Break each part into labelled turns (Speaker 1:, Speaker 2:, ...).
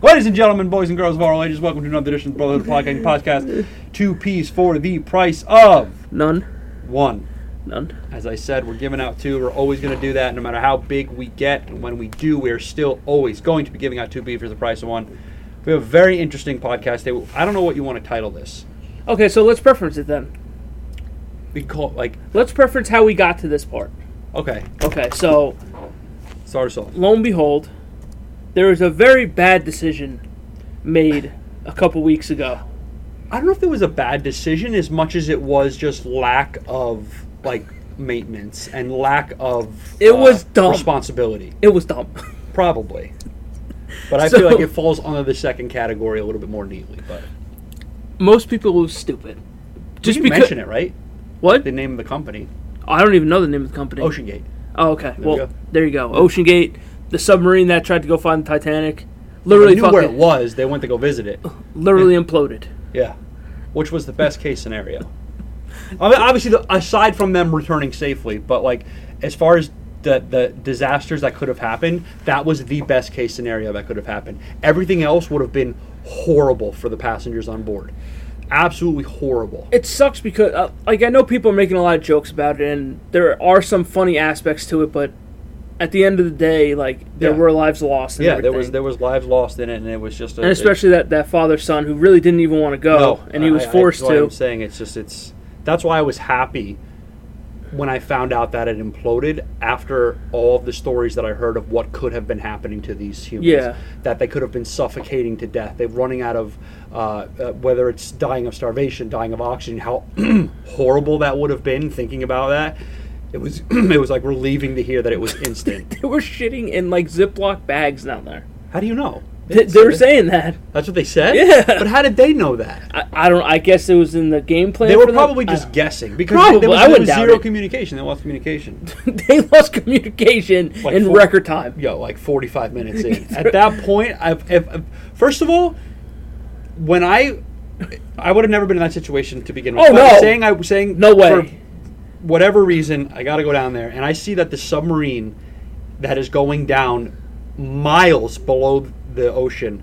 Speaker 1: Ladies and gentlemen, boys and girls of all ages, welcome to another edition of Brotherhood Flying Podcast. Two piece for the price of
Speaker 2: None.
Speaker 1: one.
Speaker 2: None.
Speaker 1: As I said, we're giving out two. We're always going to do that, no matter how big we get. And when we do, we are still always going to be giving out two B for the price of one. We have a very interesting podcast today. I don't know what you want to title this.
Speaker 2: Okay, so let's preference it then.
Speaker 1: We call it like
Speaker 2: Let's preference how we got to this part.
Speaker 1: okay,
Speaker 2: Okay, so
Speaker 1: start us off.
Speaker 2: lo and behold, there was a very bad decision made a couple weeks ago.
Speaker 1: I don't know if it was a bad decision as much as it was just lack of like maintenance and lack of uh,
Speaker 2: It was dumb.
Speaker 1: responsibility.
Speaker 2: It was dumb.
Speaker 1: Probably. But I
Speaker 2: So-
Speaker 1: feel like it falls under the second category a little bit more neatly. But
Speaker 2: Most people was stupid.
Speaker 1: just
Speaker 2: Just
Speaker 1: you
Speaker 2: because
Speaker 1: mention it, right?
Speaker 2: what?
Speaker 1: The name of the company,
Speaker 2: I don't even know the name of the company.
Speaker 1: Ocean Gate.
Speaker 2: Oh, okay.
Speaker 1: you
Speaker 2: well,
Speaker 1: go.
Speaker 2: there you go. Ocean Gate, the submarine that tried to go find the Titanic,
Speaker 1: They
Speaker 2: literally
Speaker 1: knew where it
Speaker 2: fucking,
Speaker 1: was. They went to go visit it.
Speaker 2: literally imploded.
Speaker 1: Yeah, which was the best case scenario. I mean, obviously, the, aside from them returning safely, but like as far as the the disasters that could have happened, that was the best case scenario that could have happened. Everything else would have been horrible for the passengers on board. Absolutely horrible.
Speaker 2: it sucks because uh, like I know people are making a lot of jokes about it, and there are some funny aspects to it, but at the end of the day, like there
Speaker 1: Yeah.
Speaker 2: were lives lost. And
Speaker 1: yeah, there was
Speaker 2: everything.
Speaker 1: there was lives lost in it, and it was just a,
Speaker 2: and especially that that father son who really didn't even want to go,
Speaker 1: No,
Speaker 2: and he
Speaker 1: I-
Speaker 2: was
Speaker 1: I-
Speaker 2: forced
Speaker 1: that's why
Speaker 2: to.
Speaker 1: I'm saying it's just it's that's why I was happy when I found out that it imploded after all of the stories that I heard of what could have been happening to these humans.
Speaker 2: Yeah.
Speaker 1: That they could have been suffocating to death. They're running out of uh, uh, whether it's dying of starvation, dying of oxygen. How horrible that would have been. Thinking about that, it was it was like relieving to hear that it was instant.
Speaker 2: They were shitting in like Ziploc bags down there.
Speaker 1: how do you know?
Speaker 2: They, they were saying that.
Speaker 1: that's what they said.
Speaker 2: Yeah.
Speaker 1: But how did they know that?
Speaker 2: I, I don't. I guess it was in the game plan.
Speaker 1: They were
Speaker 2: for them.
Speaker 1: probably
Speaker 2: I
Speaker 1: just
Speaker 2: don't-
Speaker 1: guessing because
Speaker 2: Probably,
Speaker 1: there was,
Speaker 2: I
Speaker 1: there
Speaker 2: wouldn't
Speaker 1: was
Speaker 2: doubt
Speaker 1: zero
Speaker 2: it.
Speaker 1: communication. They lost communication.
Speaker 2: they lost communication
Speaker 1: Like
Speaker 2: in
Speaker 1: four-
Speaker 2: record time.
Speaker 1: Yo, like forty-five minutes in. At that point, I, if, if, first of all, when I, I would have never been in that situation to begin with.
Speaker 2: Oh,
Speaker 1: But I'm
Speaker 2: no.
Speaker 1: Saying I was saying
Speaker 2: No way.
Speaker 1: for whatever reason, I got to go down there, and I see that the submarine that is going down miles below the ocean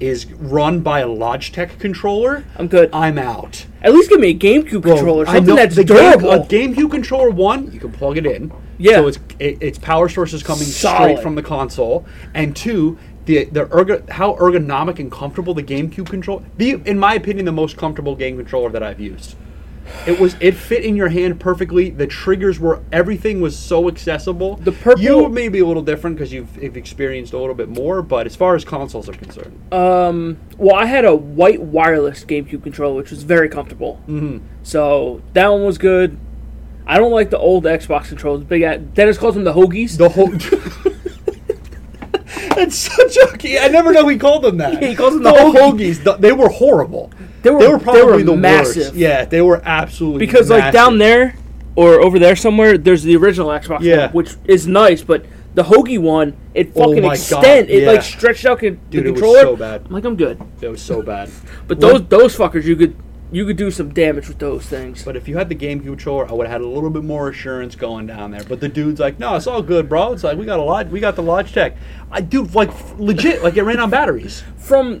Speaker 1: is run by a Logitech controller.
Speaker 2: I'm good.
Speaker 1: I'm out.
Speaker 2: At least give me a GameCube
Speaker 1: Bro,
Speaker 2: controller,
Speaker 1: I
Speaker 2: something
Speaker 1: know
Speaker 2: that's
Speaker 1: the
Speaker 2: durable.
Speaker 1: Game, a GameCube controller one, you can plug it in.
Speaker 2: Yeah.
Speaker 1: So it's it, its power source is coming
Speaker 2: Solid.
Speaker 1: straight from the console, and two, the the ergo, how ergonomic and comfortable the GameCube controller. The in my opinion, the most comfortable game controller that I've used. It was it fit in your hand perfectly. The triggers were everything was so accessible.
Speaker 2: The purple-
Speaker 1: you may be a little different because you've, you've experienced a little bit more, but as far as consoles are concerned,
Speaker 2: Well, I had a white wireless GameCube controller, which was very comfortable. Mm-hmm. So that one was good. I don't like the old Xbox controllers. Big a- Dennis calls them the hoagies.
Speaker 1: the whole. That's such a. I never know he called them that.
Speaker 2: He calls them
Speaker 1: the
Speaker 2: the
Speaker 1: hoagies. th- they were horrible.
Speaker 2: They were- they
Speaker 1: probably
Speaker 2: were
Speaker 1: the worst.
Speaker 2: massive.
Speaker 1: Yeah, they were absolutely
Speaker 2: because like
Speaker 1: massive.
Speaker 2: down there or over there somewhere, there's the original Xbox, one,
Speaker 1: Yeah.
Speaker 2: which is nice. But the hoagie one, it
Speaker 1: Oh
Speaker 2: fucking
Speaker 1: my God,
Speaker 2: extend. It
Speaker 1: yeah.
Speaker 2: like stretched out con-
Speaker 1: Dude,
Speaker 2: the
Speaker 1: it was
Speaker 2: controller.
Speaker 1: so bad.
Speaker 2: I'm like I'm good.
Speaker 1: it was so bad.
Speaker 2: But
Speaker 1: One-
Speaker 2: those those fuckers, you could you could do some damage with those things.
Speaker 1: But if you had the GameCube controller, I would have had a little bit more assurance going down there. But the dude's like, "No, it's all good, bro. It's like we got a lot. We got the Logitech. I dude, like f- legit, like it ran on batteries.
Speaker 2: From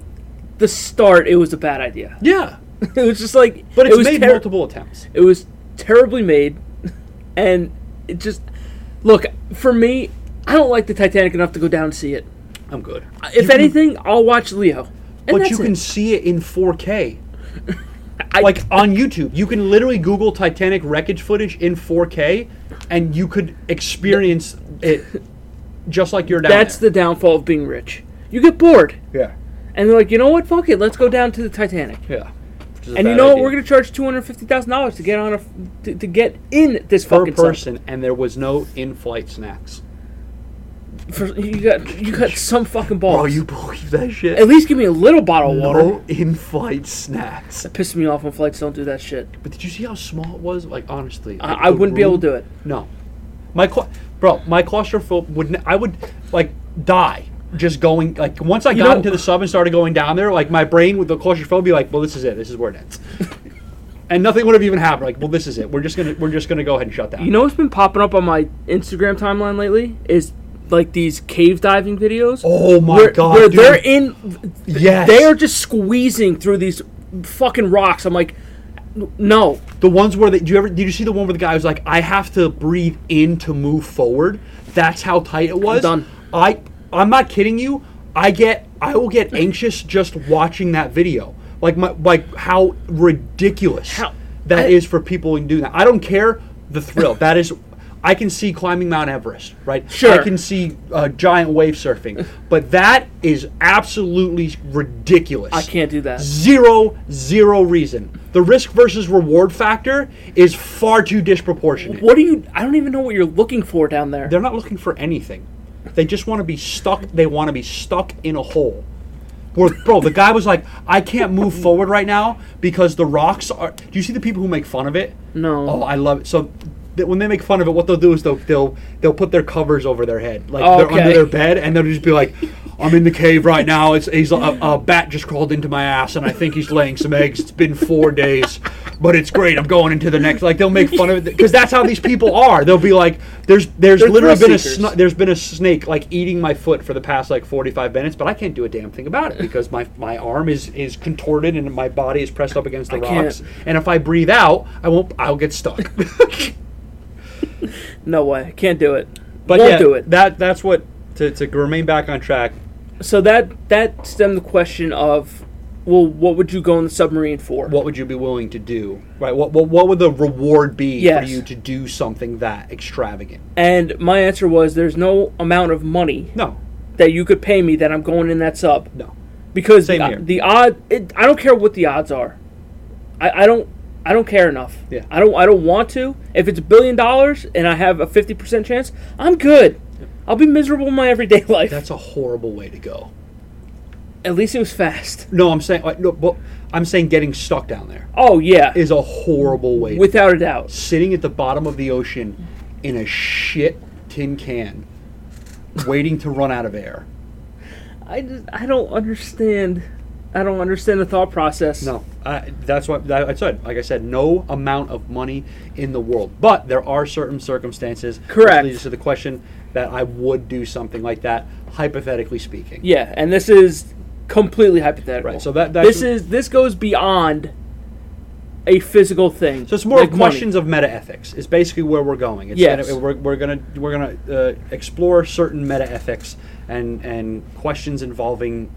Speaker 2: the start, it was a bad idea.
Speaker 1: Yeah,
Speaker 2: it was just like,
Speaker 1: but
Speaker 2: it
Speaker 1: it's
Speaker 2: was
Speaker 1: made
Speaker 2: ter-
Speaker 1: multiple attempts.
Speaker 2: It was terribly made, and it just look for me. I don't like the Titanic enough to go down and see it.
Speaker 1: I'm good.
Speaker 2: If anything, I'll watch Leo. And
Speaker 1: but
Speaker 2: that's
Speaker 1: you can
Speaker 2: it.
Speaker 1: see it in 4K.
Speaker 2: I-
Speaker 1: like on YouTube, you can literally Google Titanic wreckage footage in 4K, and you could experience it just like you're down
Speaker 2: That's the downfall of being rich. You get bored,
Speaker 1: the yeah,
Speaker 2: and they're like, you know what? Fuck it, let's go down to the Titanic.
Speaker 1: yeah. Which is a
Speaker 2: And you
Speaker 1: bad
Speaker 2: know what?
Speaker 1: idea.
Speaker 2: We're gonna charge two hundred fifty thousand dollars to get on a f- to, to get in this
Speaker 1: per
Speaker 2: fucking sucker.
Speaker 1: person, and there was no in-flight snacks.
Speaker 2: For, you got you got some fucking balls.
Speaker 1: Bro, Oh, you believe that shit?
Speaker 2: At least give me a little bottle of water.
Speaker 1: no in-flight snacks.
Speaker 2: Pissed me off when flights don't do that shit.
Speaker 1: But did you see how small it was? Like honestly,
Speaker 2: I,
Speaker 1: like,
Speaker 2: I
Speaker 1: the
Speaker 2: wouldn't be able
Speaker 1: room-
Speaker 2: to do it.
Speaker 1: No, my cla- bro, my claustrophobe would n- I would like die just going like once I got
Speaker 2: know-
Speaker 1: into the sub and started going down there, like my brain with the claustrophobia, like well this is it, this is where it ends, and nothing would have even happened. Like well this is it, we're just gonna we're just gonna go ahead and shut down.
Speaker 2: You know what's been popping up on my Instagram timeline lately is like these cave diving videos.
Speaker 1: Oh my
Speaker 2: where,
Speaker 1: God,
Speaker 2: Where
Speaker 1: dude.
Speaker 2: they're in,
Speaker 1: Yes.
Speaker 2: they are just squeezing through these fucking rocks. I'm like, no,
Speaker 1: The ones where they do you ever did you see the one where the guy was like, I have to breathe in to move forward? That's how tight it was.
Speaker 2: done.
Speaker 1: I I'm not kidding you. I get I will get anxious just watching that video. Like my like how ridiculous
Speaker 2: How-
Speaker 1: that is that
Speaker 2: I-
Speaker 1: for people in doing that. I don't care the thrill. that is I can see climbing Mount Everest, right?
Speaker 2: Sure.
Speaker 1: I can see uh, giant wave surfing, but that is absolutely ridiculous.
Speaker 2: I can't do that.
Speaker 1: Zero, zero reason. The risk versus reward factor is far too disproportionate.
Speaker 2: What do you? I don't even know what you're looking for down there.
Speaker 1: They're not looking for anything. They just want to be stuck. They want to be stuck in a hole. Where, bro, the guy was like, I can't move forward right now because the rocks are. Do you see the people who make fun of it?
Speaker 2: No.
Speaker 1: Oh, I love it. So. th- When they make fun of it, what they'll do is they'll they'll, they'll put their covers over their head, like they're
Speaker 2: Okay.
Speaker 1: under their bed, and they'll just be like, "I'm in the cave right now. It's he's a, a bat just crawled into my ass, and I think he's laying some eggs. It's been four days, but it's great. I'm going into the next. Like they'll make fun of it because that's how these people are. They'll be like, "There's there's
Speaker 2: They're
Speaker 1: literally
Speaker 2: thrill
Speaker 1: been a
Speaker 2: seekers.
Speaker 1: sn- there's been a snake like eating my foot for the past like 45 minutes, but I can't do a damn thing about it because my my arm is is contorted and my body is pressed up against the
Speaker 2: can't.
Speaker 1: rocks, and if I breathe out, I won't. I'll get stuck.
Speaker 2: No way. Can't do it.
Speaker 1: But
Speaker 2: Won't
Speaker 1: yeah,
Speaker 2: do it.
Speaker 1: that that's what to to remain back on track.
Speaker 2: so that that stemmed the question of, well, what would you go in the submarine for?
Speaker 1: what would you be willing to do? Right? What what, what would the reward be
Speaker 2: Yes.
Speaker 1: for you to do something that extravagant?
Speaker 2: and my answer was, there's no amount of money
Speaker 1: No,
Speaker 2: that you could pay me that I'm going in that sub
Speaker 1: no.
Speaker 2: because
Speaker 1: Same
Speaker 2: the,
Speaker 1: here.
Speaker 2: the odd. It, I don't care what the odds are. I, I don't. I don't care enough.
Speaker 1: Yeah.
Speaker 2: I don't. I don't want to. If it's a billion dollars and I have a fifty percent chance, I'm good. I'll be miserable in my everyday life.
Speaker 1: That's a horrible way to go.
Speaker 2: At least it was fast.
Speaker 1: No, I'm saying like, no, but I'm saying getting stuck down there
Speaker 2: Oh yeah,
Speaker 1: is a horrible way. to
Speaker 2: without a doubt.
Speaker 1: sitting at the bottom of the ocean in a shit tin can, waiting to run out of air.
Speaker 2: I just, I don't understand. I don't understand the thought process.
Speaker 1: No, I, that's what that, I said. Like I said, no amount of money in the world, but there are certain circumstances. which
Speaker 2: Correct.
Speaker 1: leads us to the question that I would do something like that, hypothetically speaking.
Speaker 2: Yeah, and this is completely hypothetical.
Speaker 1: Right, so that- that's-
Speaker 2: this is this goes beyond a physical thing.
Speaker 1: So it's more
Speaker 2: like
Speaker 1: of
Speaker 2: money.
Speaker 1: questions of metaethics. It's basically where we're going. It's
Speaker 2: Yes.
Speaker 1: gonna, we're, we're gonna we're gonna uh, explore certain metaethics and and questions involving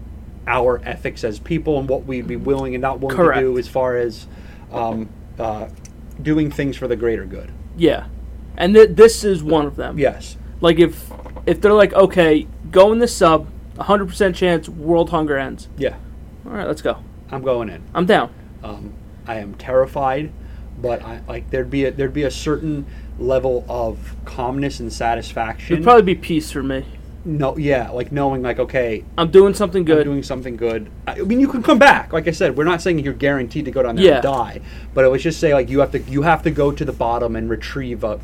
Speaker 1: our ethics as people and what we'd be willing and not willing
Speaker 2: Correct.
Speaker 1: to do as far as um, uh, doing things for the greater good.
Speaker 2: Yeah, and th- this is one of them.
Speaker 1: Yes.
Speaker 2: like if if they're like, okay, go in this sub, hundred percent chance world hunger ends.
Speaker 1: Yeah.
Speaker 2: All right, let's go.
Speaker 1: I'm going in.
Speaker 2: I'm down.
Speaker 1: Um, I am terrified, but I like there'd be a, there'd be a certain level of calmness and satisfaction.
Speaker 2: It'd probably be peace for me.
Speaker 1: no, yeah, like knowing like okay,
Speaker 2: I'm doing something
Speaker 1: I'm
Speaker 2: good.
Speaker 1: doing something good. I, I mean, you can come back. Like I said, we're not saying you're guaranteed to go down there
Speaker 2: Yeah.
Speaker 1: and die, but it was just say like you have to you have to go to the bottom and retrieve a,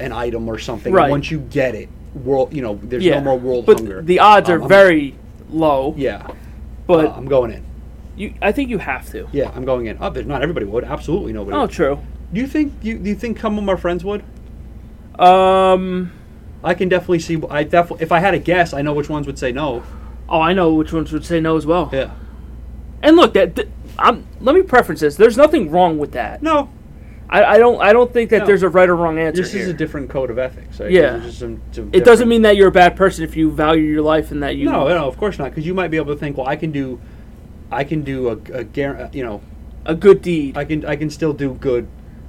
Speaker 1: an item or something.
Speaker 2: Right.
Speaker 1: Once you get it, world, you know, there's
Speaker 2: yeah,
Speaker 1: no more world
Speaker 2: but
Speaker 1: hunger.
Speaker 2: the odds
Speaker 1: Um,
Speaker 2: are
Speaker 1: I'm-
Speaker 2: very low.
Speaker 1: yeah.
Speaker 2: but
Speaker 1: Uh, I'm going in.
Speaker 2: you, I think you have to.
Speaker 1: Yeah, I'm going in. Oh, but not everybody would. Absolutely nobody.
Speaker 2: Oh,
Speaker 1: would.
Speaker 2: true.
Speaker 1: Do you think you do you think some of my friends would?
Speaker 2: Um.
Speaker 1: I can definitely see. I definitely, if I had a guess, I know which ones would say no.
Speaker 2: Oh, I know which ones would say no as well.
Speaker 1: Yeah.
Speaker 2: And look, that th- I'm. Let me preference this. There's nothing wrong with that.
Speaker 1: No,
Speaker 2: I, I don't. I don't think that
Speaker 1: No.
Speaker 2: there's a right or wrong answer.
Speaker 1: this is a
Speaker 2: here.
Speaker 1: different code of ethics. Right?
Speaker 2: Yeah.
Speaker 1: There's just some- some
Speaker 2: it doesn't
Speaker 1: different-
Speaker 2: mean that you're a bad person if you value your life and that you.
Speaker 1: No, no, of course not. Because you might be able to think, well, I can do, I can do a, a guar- uh, you know,
Speaker 2: A good deed.
Speaker 1: I can, I can still do good.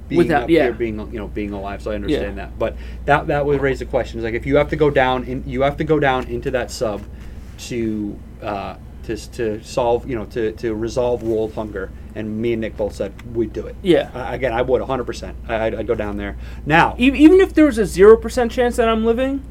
Speaker 1: Being
Speaker 2: Without-
Speaker 1: up
Speaker 2: yeah.
Speaker 1: here, being you know, being alive, so I understand
Speaker 2: Yeah.
Speaker 1: that. But that that would raise the question: is like if you have to go down, in, you have to go down into that sub to uh, to s- to solve, you know, to to resolve world hunger. And me and Nick both said we'd do it.
Speaker 2: Yeah.
Speaker 1: I, again, I would 100. percent I'd, I'd go down there now.
Speaker 2: E- even if there was a zero percent chance that I'm living,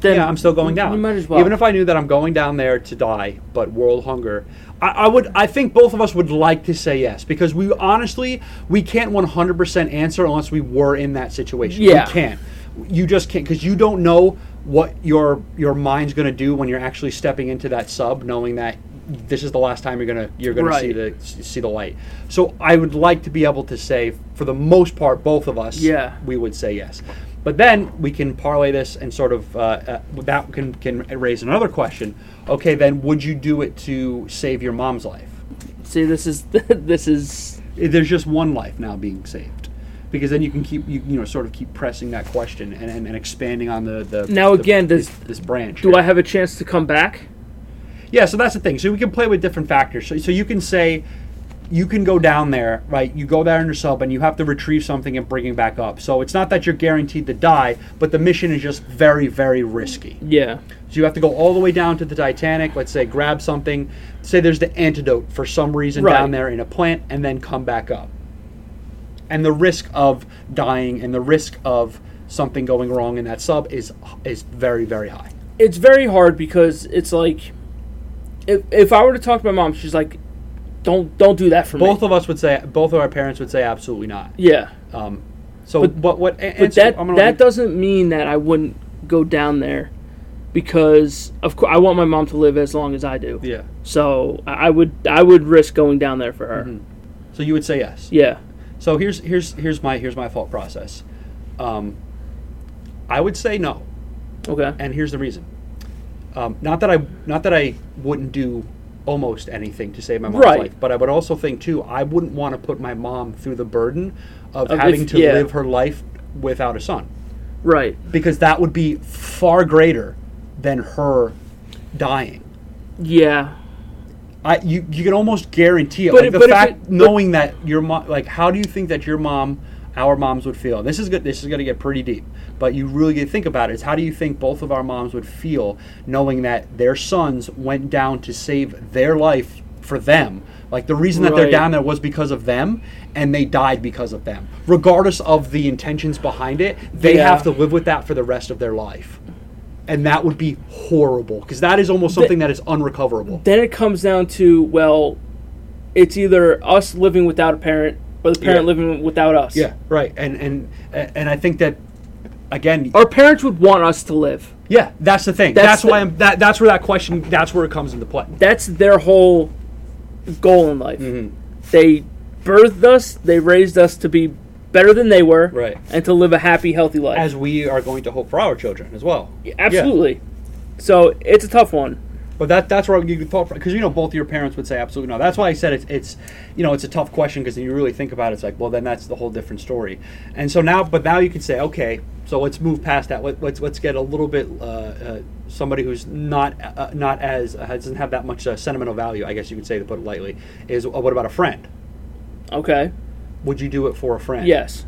Speaker 2: then
Speaker 1: yeah, I'm still going down.
Speaker 2: You might as well.
Speaker 1: Even if I knew that I'm going down there to die, but world hunger, I, I would. I think both of us would like to say yes because we honestly we can't 100% answer unless we were in that situation.
Speaker 2: Yeah.
Speaker 1: we can't. You just can't because you don't know what your your mind's going to do when you're actually stepping into that sub, knowing that this is the last time you're gonna you're gonna see the
Speaker 2: Right.
Speaker 1: see the light. So I would like to be able to say, for the most part, both of us,
Speaker 2: Yeah.
Speaker 1: we would say yes. But then we can parlay this and sort of uh, uh, that can can raise another question. Okay, then would you do it to save your mom's life?
Speaker 2: See, this is this is
Speaker 1: There's just one life now being saved, because then you can keep you you know sort of keep pressing that question and, and, and expanding on the the
Speaker 2: Now
Speaker 1: the-
Speaker 2: again, does-
Speaker 1: this, this branch.
Speaker 2: do I have a chance to come back?
Speaker 1: Yeah, so that's the thing. So we can play with different factors. So, so you can say, you can go down there, right? You go there in your sub and you have to retrieve something and bring it back up. So it's not that you're guaranteed to die, but the mission is just very, very risky.
Speaker 2: Yeah.
Speaker 1: So you have to go all the way down to the Titanic, let's say grab something, say there's the antidote for some reason
Speaker 2: Right.
Speaker 1: down there in a plant, and then come back up. And the risk of dying and the risk of something going wrong in that sub is is very, very high.
Speaker 2: it's very hard because it's like if, if I were to talk to my mom, she's like, "Don't don't do that for me."
Speaker 1: Both of us would say, both of our parents would say absolutely not.
Speaker 2: yeah,
Speaker 1: Um, so,
Speaker 2: But-
Speaker 1: but, what? a-
Speaker 2: but
Speaker 1: answer-
Speaker 2: that
Speaker 1: I'm gonna
Speaker 2: that
Speaker 1: leave-
Speaker 2: doesn't mean that I wouldn't go down there because of course I want my mom to live as long as I do.
Speaker 1: Yeah.
Speaker 2: So I I would I would risk going down there for her.
Speaker 1: Mm-hmm. So you would say yes.
Speaker 2: Yeah.
Speaker 1: So here's here's here's my here's my thought process. Um, I would say no,
Speaker 2: Okay.
Speaker 1: and here's the reason. Um, not that I not that I wouldn't do almost anything to save my mom's
Speaker 2: Right.
Speaker 1: life, but I would also think too I wouldn't want to put my mom through the burden of,
Speaker 2: Of
Speaker 1: having
Speaker 2: if-
Speaker 1: to
Speaker 2: yeah.
Speaker 1: live her life without a son,
Speaker 2: right.
Speaker 1: because that would be far greater than her dying.
Speaker 2: Yeah.
Speaker 1: I you you can almost guarantee it.
Speaker 2: But
Speaker 1: Like,
Speaker 2: if-
Speaker 1: the
Speaker 2: but if
Speaker 1: fact
Speaker 2: it- but-
Speaker 1: knowing that your mom, like, how do you think that your mom, our moms would feel? This is good. This is going to get pretty deep, but you really get to think about it. Is how do you think both of our moms would feel knowing that their sons went down to save their life for them? Like the reason that they're
Speaker 2: Right.
Speaker 1: down there was because of them, and they died because of them. Regardless of the intentions behind it, they
Speaker 2: Yeah.
Speaker 1: have to live with that for the rest of their life, and that would be horrible because that is almost something that is unrecoverable.
Speaker 2: Then it comes down to well, it's either us living without a parent or the parent
Speaker 1: Yeah.
Speaker 2: living without us.
Speaker 1: Yeah, right. And and and I think that again,
Speaker 2: Our parents would want us to live.
Speaker 1: yeah, that's the thing.
Speaker 2: That's
Speaker 1: Oh. That's,
Speaker 2: the-
Speaker 1: why I'm that that's where that question that's where it comes into play.
Speaker 2: that's their whole goal in life.
Speaker 1: Mm-hmm.
Speaker 2: They birthed us, they raised us to be better than they were,
Speaker 1: Right.
Speaker 2: and to live a happy, healthy life.
Speaker 1: As we are going to hope for our children as well.
Speaker 2: Absolutely. So it's a tough one.
Speaker 1: But that that's where you thought because you know both your parents would say absolutely no. That's why I said it's it's you know it's a tough question because you really think about it, it's like well then that's the whole different story. And so now but now you can say okay so let's move past that. Let, let's let's get a little bit uh, uh, somebody who's not uh, not as uh, doesn't have that much uh, sentimental value I guess you could say to put it lightly is uh, what about a friend?
Speaker 2: Okay.
Speaker 1: Would you do it for a friend?
Speaker 2: Yes.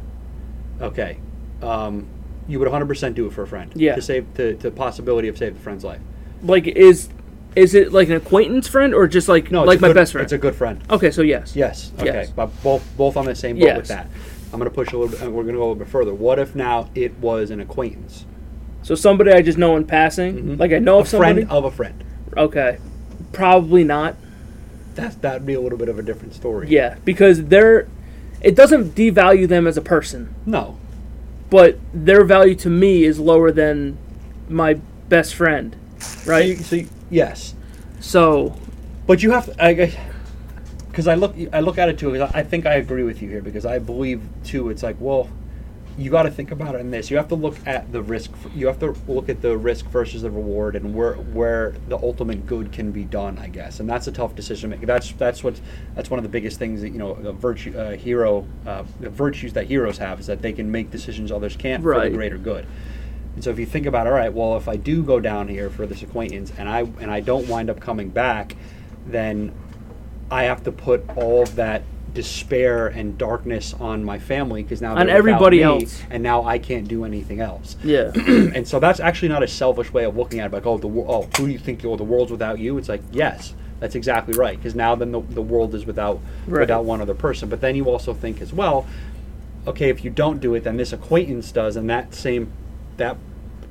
Speaker 1: Okay. Um, you would 100% do it for a friend.
Speaker 2: Yeah.
Speaker 1: To save to, to possibility of save the friend's life.
Speaker 2: Like is is it like an acquaintance friend or just like
Speaker 1: No, it's
Speaker 2: like
Speaker 1: a
Speaker 2: my
Speaker 1: good-
Speaker 2: best friend?
Speaker 1: It's a good friend.
Speaker 2: okay, so yes.
Speaker 1: Yes. Okay.
Speaker 2: Yes.
Speaker 1: But both both on the same boat
Speaker 2: Yes.
Speaker 1: with that. I'm gonna push a little bit. and We're gonna go a little bit further. What if now it was an acquaintance,
Speaker 2: So somebody I just know in passing, like I know
Speaker 1: Mm-hmm. a
Speaker 2: of somebody.
Speaker 1: friend of a friend?
Speaker 2: okay. Probably not.
Speaker 1: That that'd be a little bit of a different story.
Speaker 2: Yeah, because they're it doesn't devalue them as a person.
Speaker 1: No.
Speaker 2: but their value to me is lower than my best friend,
Speaker 1: So, you,
Speaker 2: right?
Speaker 1: so you- yes,
Speaker 2: So,
Speaker 1: but you have to. I guess because I look I look at it too. 'cause I I think I agree with you here because I believe too. It's like well, you got to think about it in this. You have to look at the risk. You have to look at the risk versus the reward and where where the ultimate good can be done. I guess, and that's a tough decision to make. That's that's what that's one of the biggest things that you know the virtue uh, hero uh, the virtues that heroes have is that they can make decisions others can't for
Speaker 2: Right.
Speaker 1: the greater good. And so if you think about all right, well, if I do go down here for this acquaintance and I and I don't wind up coming back, then I have to put all of that despair and darkness on my family because now they're without
Speaker 2: everybody
Speaker 1: me,
Speaker 2: else.
Speaker 1: and now I can't do anything else.
Speaker 2: yeah.
Speaker 1: and so that's actually not a selfish way of looking at it. Like, oh, the wor- oh, who do you think oh, the world's without you? It's like, yes, that's exactly right. Because now then the, the world is without
Speaker 2: Right.
Speaker 1: without one other person. But then you also think as well, okay, if you don't do it, then this acquaintance does, and that same that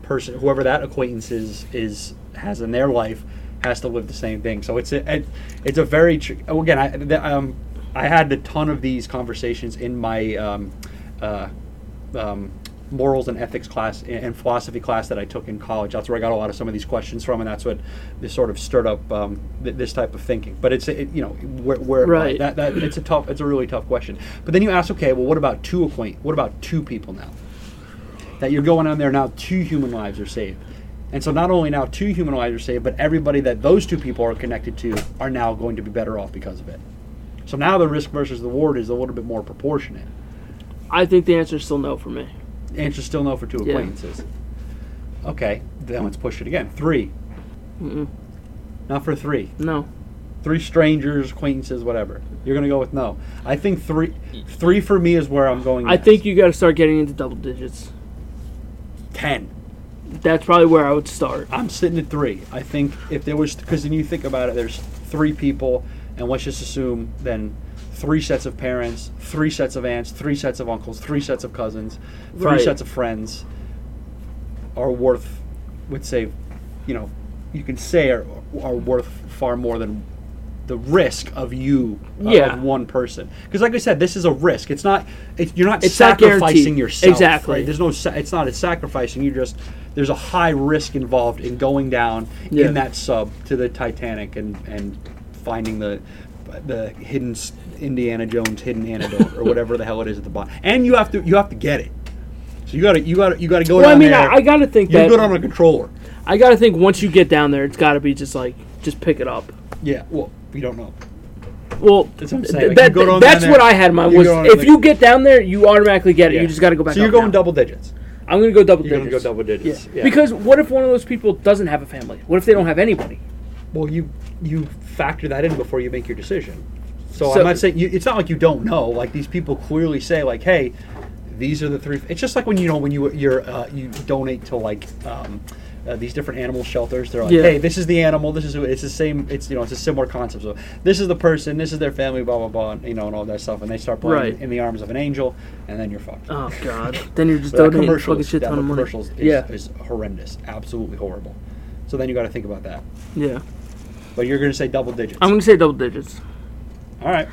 Speaker 1: person, whoever that acquaintance is, is has in their life, has to live the same thing. So it's a it, it's a very tr- oh, again. I th- um, I had a ton of these conversations in my um, uh, um, morals and ethics class a- and philosophy class that I took in college. That's where I got a lot of some of these questions from, and that's what this sort of stirred up um, th- this type of thinking. But it's it, you know where, where
Speaker 2: Right.
Speaker 1: that, that it's a tough it's a really tough question. But then you ask, okay, well, what about two acquaint? What about two people now? that you're going on there now. Two human lives are saved, and so not only now two human lives are saved, but everybody that those two people are connected to are now going to be better off because of it. So now the risk versus the reward is a little bit more proportionate.
Speaker 2: I think the answer is still no for me.
Speaker 1: Answer still no for two
Speaker 2: Yeah.
Speaker 1: acquaintances. Okay, then let's push it again. Three,
Speaker 2: Mm-mm.
Speaker 1: not for three.
Speaker 2: No.
Speaker 1: three strangers, acquaintances, whatever. You're gonna go with no. I think three, three for me is where I'm going.
Speaker 2: I
Speaker 1: next.
Speaker 2: think you got to start getting into double digits.
Speaker 1: ten.
Speaker 2: That's probably where I would start.
Speaker 1: I'm sitting at three. I think if there was, because then you think about it, there's three people, and let's just assume then three sets of parents, three sets of aunts, three sets of uncles, three sets of cousins, three
Speaker 2: Right.
Speaker 1: sets of friends are worth, would say, you know, you can say are, are worth far more than the risk of you uh,
Speaker 2: Yeah.
Speaker 1: of one person because like i said this is a risk it's not it's, you're not
Speaker 2: It's not guaranteed.
Speaker 1: sacrificing yourself
Speaker 2: Exactly.
Speaker 1: right? There's no. sa- It's not a sacrificing. You just there's a high risk involved in going down
Speaker 2: Yeah.
Speaker 1: in that sub to the Titanic and and finding the the hidden s- Indiana Jones hidden antidote or whatever the hell it is at the bottom. And you have to you have to get it. So you got to you got to you got to go
Speaker 2: Well,
Speaker 1: down
Speaker 2: I mean,
Speaker 1: there.
Speaker 2: I, I got to think
Speaker 1: You're
Speaker 2: that
Speaker 1: good on a controller.
Speaker 2: I got to think once you get down there, it's got to be just like just pick it up.
Speaker 1: Yeah. Well, we don't know.
Speaker 2: Well,
Speaker 1: That's what I'm saying.
Speaker 2: th-
Speaker 1: Like,
Speaker 2: that-
Speaker 1: you go down
Speaker 2: that's
Speaker 1: there,
Speaker 2: what I had in mind
Speaker 1: you
Speaker 2: was
Speaker 1: go down
Speaker 2: if
Speaker 1: there.
Speaker 2: you get down there, you automatically get it.
Speaker 1: Yeah.
Speaker 2: You just got to go back.
Speaker 1: So you're
Speaker 2: up
Speaker 1: going
Speaker 2: now.
Speaker 1: double digits.
Speaker 2: I'm gonna go double
Speaker 1: You're going to go
Speaker 2: digits.
Speaker 1: double
Speaker 2: Yeah.
Speaker 1: digits. Yeah.
Speaker 2: Because what if one of those people doesn't have a family? What if they don't have anybody?
Speaker 1: Well, you you factor that in before you make your decision. So,
Speaker 2: So-
Speaker 1: I'm not saying you, it's not like you don't know. Like these people clearly say, like, hey, these are the three. It's just like when you know when you you're uh, you donate to like. Um, uh, these different animal shelters, they're like,
Speaker 2: Yeah.
Speaker 1: hey, this is the animal. This is who- it's the same. It's you know, it's a similar concept. So this is the person. This is their family. Blah blah blah. And, you know, and all that stuff. And they start playing
Speaker 2: Right.
Speaker 1: in the arms of an angel, and then you're fucked.
Speaker 2: Oh God! then you're just
Speaker 1: But that
Speaker 2: donating a
Speaker 1: commercial,
Speaker 2: fucking
Speaker 1: is,
Speaker 2: shit
Speaker 1: that
Speaker 2: ton of money.
Speaker 1: commercials is,
Speaker 2: Yeah,
Speaker 1: is horrendous. Absolutely horrible. So then you got to think about that.
Speaker 2: yeah.
Speaker 1: But you're going to say double digits.
Speaker 2: I'm gonna say double digits.
Speaker 1: All right.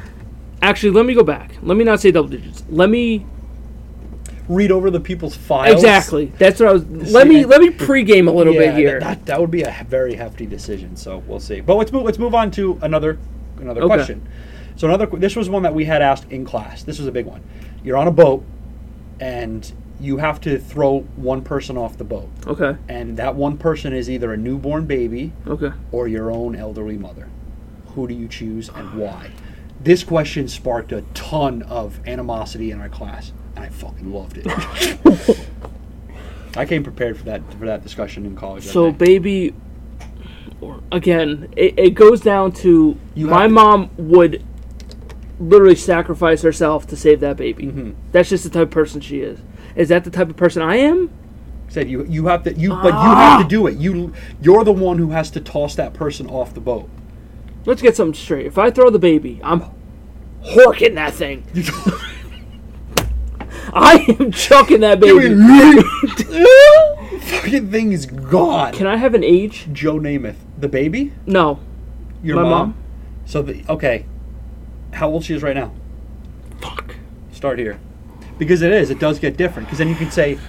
Speaker 2: Actually, let me go back. Let me not say double digits. Let me
Speaker 1: read over the people's files.
Speaker 2: exactly. That's what I was. Let
Speaker 1: I-
Speaker 2: me let me pregame a little
Speaker 1: Yeah,
Speaker 2: bit here.
Speaker 1: That, that would be a very hefty decision. So we'll see. But let's move. Let's move on to another another
Speaker 2: Okay.
Speaker 1: question. So another. qu- This was one that we had asked in class. This was a big one. You're on a boat, and you have to throw one person off the boat,
Speaker 2: okay.
Speaker 1: and that one person is either a newborn baby
Speaker 2: Okay.
Speaker 1: or your own elderly mother? Who do you choose and why? This question sparked a ton of animosity in our class, and I fucking loved it. I came prepared for that for that discussion in college. I
Speaker 2: So
Speaker 1: think.
Speaker 2: baby, or- again, it, it goes down to
Speaker 1: You
Speaker 2: my
Speaker 1: have to-
Speaker 2: mom would literally sacrifice herself to save that baby.
Speaker 1: Mm-hmm.
Speaker 2: That's just the type of person she is. Is that the type of person I am?
Speaker 1: said you you have to you but you have to do it. You you're the one who has to toss that person off the boat.
Speaker 2: Let's get something straight. If I throw the baby, I'm horking that thing. I am chucking that baby.
Speaker 1: Fucking thing is gone.
Speaker 2: Can I have an age?
Speaker 1: Joe Namath, the baby,
Speaker 2: No.
Speaker 1: your
Speaker 2: My
Speaker 1: mom.
Speaker 2: mom.
Speaker 1: So the okay, how old she is right now?
Speaker 2: Fuck.
Speaker 1: start here because it is it does get different because then you can say it's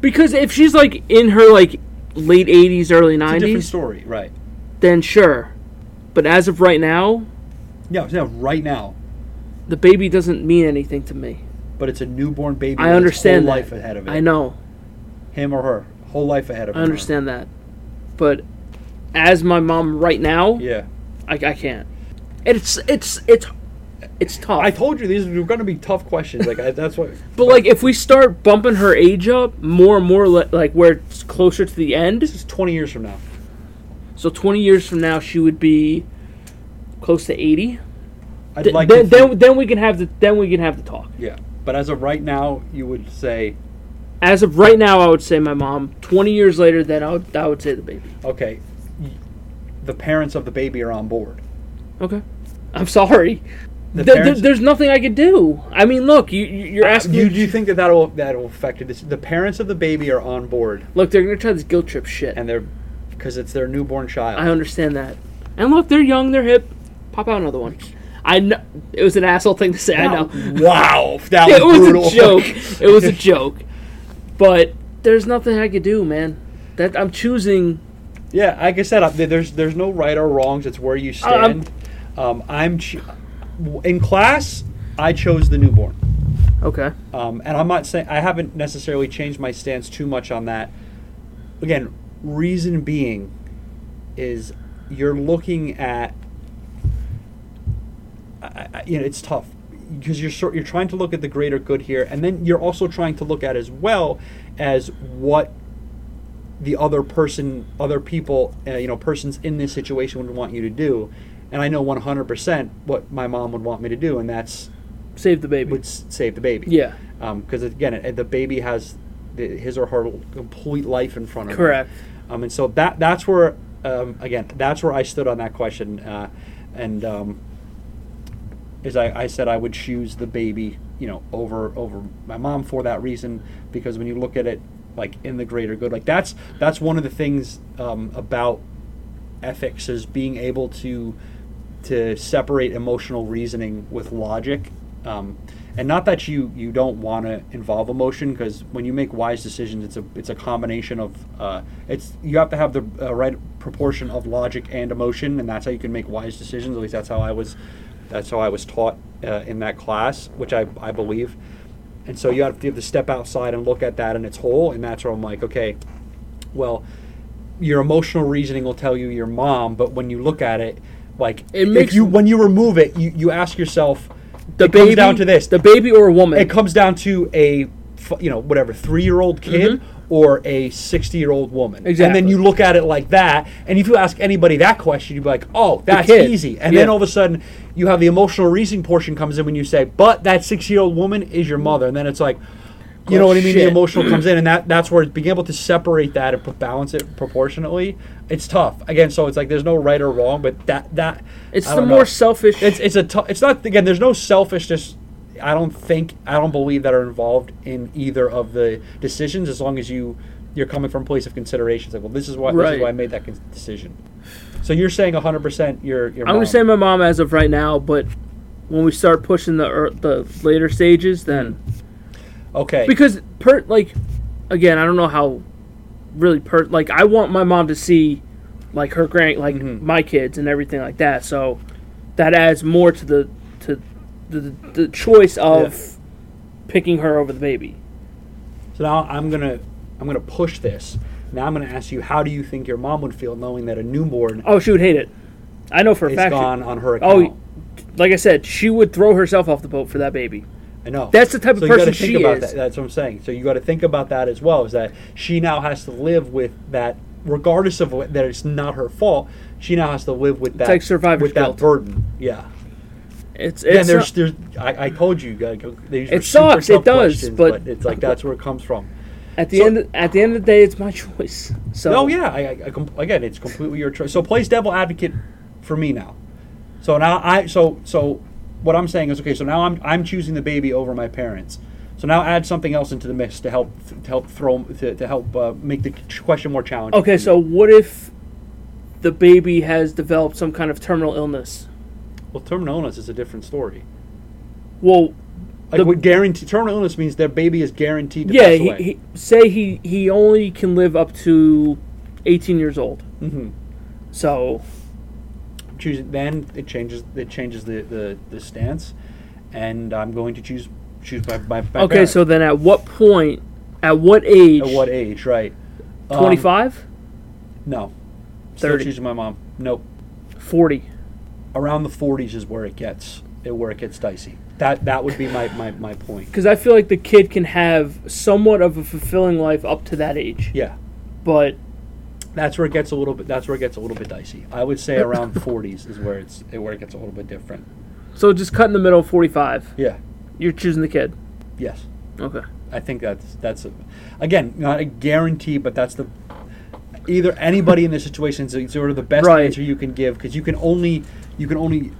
Speaker 2: Because if she's like in her like late 80s, early
Speaker 1: a different
Speaker 2: 90s,
Speaker 1: story right
Speaker 2: then sure. But as of right now,
Speaker 1: yeah yeah right now
Speaker 2: the baby doesn't mean anything to me.
Speaker 1: but it's a newborn baby
Speaker 2: I
Speaker 1: with its
Speaker 2: understand
Speaker 1: whole
Speaker 2: that.
Speaker 1: life ahead of it
Speaker 2: I know.
Speaker 1: him or her whole life ahead of
Speaker 2: I
Speaker 1: him or her.
Speaker 2: understand that. But as my mom right now,
Speaker 1: yeah
Speaker 2: I, I can't. It's it's it's it's tough.
Speaker 1: I told you these were going to be tough questions like I, that's what
Speaker 2: but like if we start bumping her age up more and more li- like where it's closer to the end,
Speaker 1: this is 20 years from now
Speaker 2: so 20 years from now she would be close to 80.
Speaker 1: I'd
Speaker 2: Th-
Speaker 1: like to
Speaker 2: then,
Speaker 1: think-
Speaker 2: then then we can have the then we can have the talk.
Speaker 1: yeah but as of right now you would say
Speaker 2: As of right now, I would say my mom. 20 years later, then I would, I would say the baby.
Speaker 1: okay y- the parents of the baby are on board
Speaker 2: Okay. I'm sorry.
Speaker 1: The
Speaker 2: There- there-
Speaker 1: parents- Uh,
Speaker 2: there's nothing I could do. I mean, look, you, you- you're asking.
Speaker 1: you do you think that that'll that'll affect it This- the parents of the baby are on board
Speaker 2: look, they're going to try this guilt trip shit.
Speaker 1: and they're because it's their newborn child
Speaker 2: I understand that. And look, they're young, they're hip. Pop out another one. I know. It was an asshole thing to say, I know.
Speaker 1: Wow, that
Speaker 2: It was
Speaker 1: brutal.
Speaker 2: a joke. It was a joke. But there's nothing I could do, man. That I'm choosing.
Speaker 1: yeah, like I said, I, there's there's no right or wrongs. It's where you Um, stand. Um, I'm ch- in class. I chose the newborn.
Speaker 2: Okay.
Speaker 1: Um, and I'm not saying I haven't necessarily changed my stance too much on that. Again, reason being is you're looking at I, I, you know it's tough because you're sort you're trying to look at the greater good here, and then you're also trying to look at as well as what the other person, other people, uh, you know, persons in this situation would want you to do. And I know 100% what my mom would want me to do, and that's
Speaker 2: Save the baby.
Speaker 1: would s- save the baby.
Speaker 2: Yeah.
Speaker 1: Because again, it, the baby has the, his or her complete life in front of them.
Speaker 2: Correct.
Speaker 1: Um, and so that that's where um, again that's where I stood on that question, uh, and um, is I, I said I would choose the baby, you know, over over my mom for that reason because when you look at it like in the greater good, like that's that's one of the things um, about ethics is being able to to separate emotional reasoning with logic. Um, and not that you, you don't want to involve emotion because when you make wise decisions, it's a it's a combination of uh, it's you have to have the uh, right proportion of logic and emotion, and that's how you can make wise decisions. At least that's how I was that's how I was taught uh, in that class, which I, I believe. And so you have to, you have to step outside and look at that in its whole, and that's where I'm like, okay, well, your emotional reasoning will tell you your mom, but when you look at it, like if
Speaker 2: It makes-
Speaker 1: you when you remove it, you, you ask yourself,
Speaker 2: The
Speaker 1: it
Speaker 2: baby
Speaker 1: comes down to this,
Speaker 2: The baby or a woman.
Speaker 1: it comes down to a f- you know whatever three year old kid or a sixty year old woman, and
Speaker 2: Mm-hmm. Exactly.
Speaker 1: then you look at it like that. And if you ask anybody that question, you'd be like, "Oh, that's
Speaker 2: kid.
Speaker 1: easy." And then
Speaker 2: Yeah.
Speaker 1: all of a sudden, you have the emotional reasoning portion comes in when you say, "But that six year old woman is your mother," and then it's like. You
Speaker 2: Oh,
Speaker 1: know what I mean? The
Speaker 2: shit.
Speaker 1: emotional comes in, and that, that's where being able to separate that and pro- balance it proportionately, it's tough. Again, so it's like there's no right or wrong, but that that
Speaker 2: it's
Speaker 1: I
Speaker 2: the
Speaker 1: don't
Speaker 2: more
Speaker 1: know.
Speaker 2: selfish.
Speaker 1: It's it's a t- it's not again. There's no selfishness. I don't think I don't believe that are involved in either of the decisions as long as you you're coming from a place of consideration. It's like, well, this is why this
Speaker 2: Right.
Speaker 1: is why I made that con- decision. So you're saying 100 percent your your.
Speaker 2: I'm
Speaker 1: mom.
Speaker 2: gonna say my mom as of right now, but when we start pushing the er, the later stages, then
Speaker 1: okay.
Speaker 2: because per like again, I don't know how really per like I want my mom to see like her grand like
Speaker 1: Mm-hmm.
Speaker 2: my kids and everything like that. So that adds more to the to the the, the choice of picking her over the baby.
Speaker 1: so now I'm gonna I'm gonna push this. Now I'm gonna ask you, how do you think your mom would feel knowing that a newborn
Speaker 2: Oh, she would hate it. I know for a
Speaker 1: is
Speaker 2: fact. she-
Speaker 1: gone on her
Speaker 2: oh,
Speaker 1: account?
Speaker 2: like I said, she would throw herself off the boat for that baby.
Speaker 1: I know.
Speaker 2: That's the type of
Speaker 1: So you gotta
Speaker 2: person
Speaker 1: think
Speaker 2: she
Speaker 1: about
Speaker 2: is.
Speaker 1: That. That's what I'm saying. So you got to think about that as well. Is that she now has to live with that, regardless of what, that it's not her fault. She now has to live with that.
Speaker 2: like survivor's
Speaker 1: with
Speaker 2: guilt.
Speaker 1: that burden. Yeah.
Speaker 2: It's, it's
Speaker 1: Yeah, and
Speaker 2: not-
Speaker 1: there's, there's, I, I told you, like, these
Speaker 2: It
Speaker 1: were super
Speaker 2: sucks, it
Speaker 1: tough
Speaker 2: does,
Speaker 1: questions,
Speaker 2: but-
Speaker 1: it's like that's where it comes from.
Speaker 2: At the
Speaker 1: So-
Speaker 2: end, at the end of the day, it's my choice. So
Speaker 1: No, yeah, I, I, I com- again, it's completely your choice. So plays devil advocate for me now. So now I so so what I'm saying is okay. So now I'm I'm choosing the baby over my parents. So now add something else into the mix to help to help throw to, to help uh, make the ch- question more challenging.
Speaker 2: Okay, so what if the baby has developed some kind of terminal illness?
Speaker 1: well, terminal illness is a different story.
Speaker 2: Well,
Speaker 1: Like
Speaker 2: The-
Speaker 1: we guarantee terminal illness means their baby is guaranteed to
Speaker 2: yeah.
Speaker 1: pass
Speaker 2: He,
Speaker 1: away.
Speaker 2: he, say he he only can live up to eighteen years old.
Speaker 1: Mhm.
Speaker 2: So
Speaker 1: choose then it changes it changes the, the, the stance, and I'm going to choose choose my my, my
Speaker 2: okay,
Speaker 1: parents.
Speaker 2: so then at what point? At what age?
Speaker 1: at what age? Right. Um,
Speaker 2: Twenty five.
Speaker 1: No. Still
Speaker 2: 30.
Speaker 1: choosing my mom. Nope.
Speaker 2: Forty.
Speaker 1: Around the 40s is where it gets it where it gets dicey. That that would be my, my, my point.
Speaker 2: Because I feel like the kid can have somewhat of a fulfilling life up to that age,
Speaker 1: Yeah.
Speaker 2: but
Speaker 1: That's where it gets a little bit that's where it gets a little bit dicey. I would say around 40s is where it's eh, where it gets a little bit different.
Speaker 2: so just cut in the middle. Forty five.
Speaker 1: Yeah.
Speaker 2: You're choosing the kid.
Speaker 1: Yes.
Speaker 2: Okay.
Speaker 1: I think that's that's a, again not a guarantee, but that's the either anybody in this situation is sort of the best
Speaker 2: Right.
Speaker 1: answer you can give because you can only you can only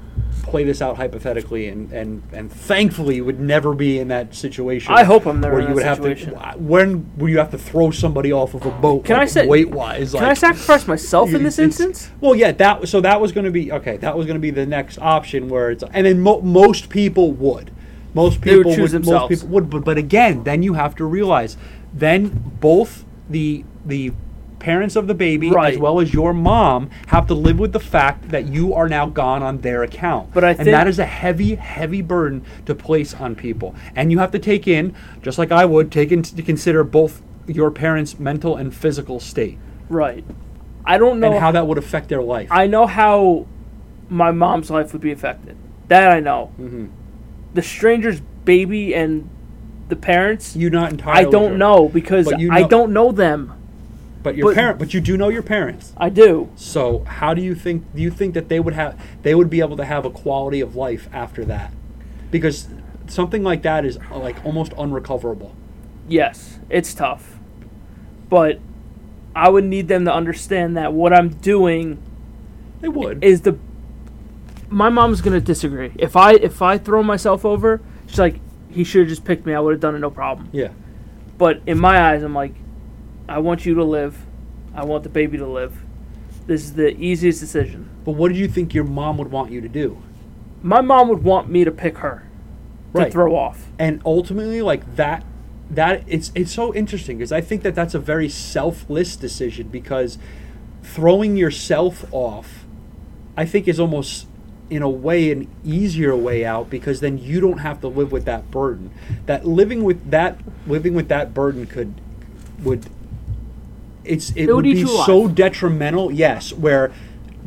Speaker 1: play this out hypothetically and and and thankfully you would never be in that situation.
Speaker 2: I hope I'm never
Speaker 1: where
Speaker 2: in
Speaker 1: you would
Speaker 2: that situation.
Speaker 1: have to when will you have to throw somebody off of a boat?
Speaker 2: Can I say-
Speaker 1: weight wise?
Speaker 2: Can I sacrifice myself in this instance?
Speaker 1: Well, yeah, that so that was going to be okay. That was going to be the next option where it's and then mo- most people would, most
Speaker 2: They would
Speaker 1: people
Speaker 2: choose
Speaker 1: would, most
Speaker 2: themselves.
Speaker 1: people would, but, but again, then you have to realize then both the the parents of the baby
Speaker 2: Right.
Speaker 1: as well as your mom have to live with the fact that you are now gone on their account.
Speaker 2: But I
Speaker 1: and
Speaker 2: think-
Speaker 1: that is a heavy, heavy burden to place on people. And you have to take in, just like I would, take into consider both your parents' mental and physical state
Speaker 2: Right. I don't know
Speaker 1: and how that would affect their life.
Speaker 2: I know how my mom's life would be affected. That I know.
Speaker 1: Mm-hmm.
Speaker 2: The stranger's baby and the parents.
Speaker 1: You're not entirely.
Speaker 2: I don't
Speaker 1: sure.
Speaker 2: know because
Speaker 1: But you
Speaker 2: I
Speaker 1: know-
Speaker 2: don't know them.
Speaker 1: But your
Speaker 2: but-
Speaker 1: parent, but you do know your parents.
Speaker 2: I do.
Speaker 1: So how do you think? Do you think that they would have? They would be able to have a quality of life after that, because something like that is uh, like almost unrecoverable.
Speaker 2: Yes, it's tough, but I would need them to understand that what I'm doing
Speaker 1: They would.
Speaker 2: is the. My mom's gonna disagree. If I if I throw myself over, she's like, he should have just picked me. I would have done it no problem.
Speaker 1: yeah.
Speaker 2: But in my eyes, I'm like, I want you to live. I want the baby to live. This is the easiest decision.
Speaker 1: But what do you think your mom would want you to do?
Speaker 2: My mom would want me to pick her to
Speaker 1: Right.
Speaker 2: throw off.
Speaker 1: and ultimately like that that it's it's so interesting because i think that that's a very selfless decision because throwing yourself off i think is almost in a way an easier way out because then you don't have to live with that burden that living with that living with that burden could would it's it,
Speaker 2: It would
Speaker 1: would
Speaker 2: eat
Speaker 1: be
Speaker 2: you alive.
Speaker 1: so detrimental yes where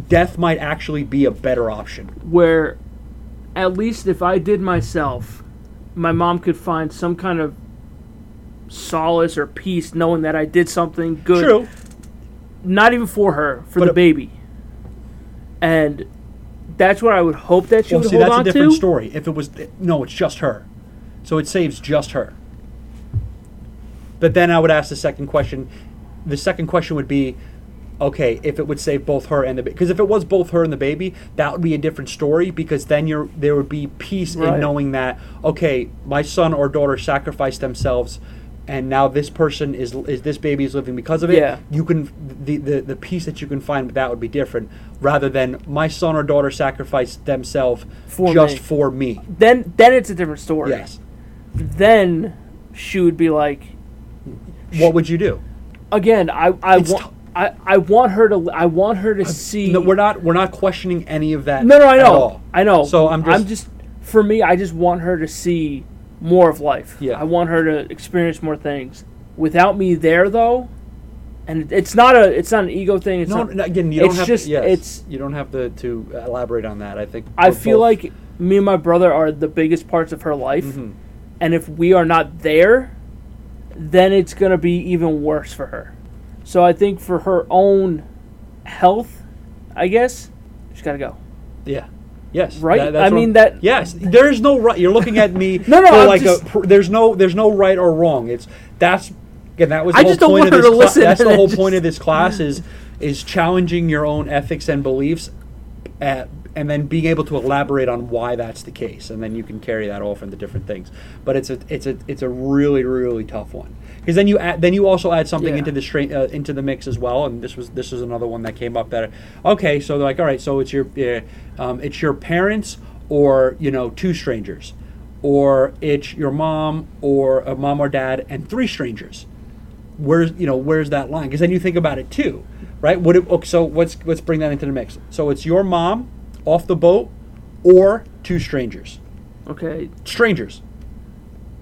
Speaker 1: death might actually be a better option
Speaker 2: Where, at least if I did myself, my mom could find some kind of solace or peace knowing that I did something good. Not even for her, for
Speaker 1: But
Speaker 2: the
Speaker 1: it-
Speaker 2: baby. And that's what I would hope that she
Speaker 1: Well,
Speaker 2: would
Speaker 1: Oh, see,
Speaker 2: hold
Speaker 1: that's
Speaker 2: on
Speaker 1: a different
Speaker 2: to.
Speaker 1: story. If it was no, it's just her, so it saves just her. But then I would ask the second question. The second question would be, okay, if it would save both her and the because if it was both her and the baby, that would be a different story because then you're there would be peace
Speaker 2: Right.
Speaker 1: in knowing that okay, my son or daughter sacrificed themselves. And now this person is is this baby is living because of it.
Speaker 2: Yeah.
Speaker 1: You can the, the the peace that you can find with that would be different, rather than my son or daughter sacrificed themselves
Speaker 2: For
Speaker 1: just
Speaker 2: me.
Speaker 1: for me.
Speaker 2: Then, then it's a different story.
Speaker 1: Yes.
Speaker 2: Then she would be like,
Speaker 1: What would you do?
Speaker 2: again, I I
Speaker 1: It's
Speaker 2: want
Speaker 1: tou-
Speaker 2: I, I want her to I want her to see.
Speaker 1: No, we're not we're not questioning any of that.
Speaker 2: No, no, I
Speaker 1: at
Speaker 2: know,
Speaker 1: all.
Speaker 2: I know.
Speaker 1: So I'm just,
Speaker 2: for me, I just want her to see more of life.
Speaker 1: Yeah.
Speaker 2: I want her to experience more things. Without me there, though, and it- it's not a it's not an ego thing. It's
Speaker 1: no,
Speaker 2: not,
Speaker 1: no, again, you don't
Speaker 2: it's
Speaker 1: have
Speaker 2: just-
Speaker 1: to, yes,
Speaker 2: it's-
Speaker 1: you don't have to, to elaborate on that. I think
Speaker 2: I
Speaker 1: we're
Speaker 2: feel
Speaker 1: both-
Speaker 2: like me and my brother are the biggest parts of her life, and if we are not there, then it's gonna be even worse for her. So I think for her own health, I guess she's gotta go.
Speaker 1: yeah. Yes,
Speaker 2: Right?
Speaker 1: that-
Speaker 2: I
Speaker 1: what
Speaker 2: mean,
Speaker 1: I'm-
Speaker 2: that-
Speaker 1: Yes, there is no right. You're looking at me.
Speaker 2: No, no,
Speaker 1: for
Speaker 2: I'm
Speaker 1: like
Speaker 2: just-
Speaker 1: a, pr- there's no, there's no right or wrong. It's that's again, that was. The
Speaker 2: I
Speaker 1: whole
Speaker 2: just don't
Speaker 1: point
Speaker 2: want her
Speaker 1: of this
Speaker 2: to
Speaker 1: cla-
Speaker 2: listen
Speaker 1: That's
Speaker 2: and
Speaker 1: the
Speaker 2: then
Speaker 1: whole
Speaker 2: just-
Speaker 1: point of this class is is challenging your own ethics and beliefs, at, and then being able to elaborate on why that's the case, and then you can carry that off into different things. But it's a, it's a, it's a really, really tough one. Because then you add, then you also add something
Speaker 2: Yeah.
Speaker 1: into the stra- uh, into the mix as well, and this was this is another one that came up that okay, so they're like all right, so it's your uh, um, it's your parents or you know two strangers, or it's your mom or a mom or dad and three strangers. Where's you know where's that line? Because then you think about it too, right? What if, okay, so let's let's bring that into the mix. So it's your mom off the boat or two strangers,
Speaker 2: Okay,
Speaker 1: strangers.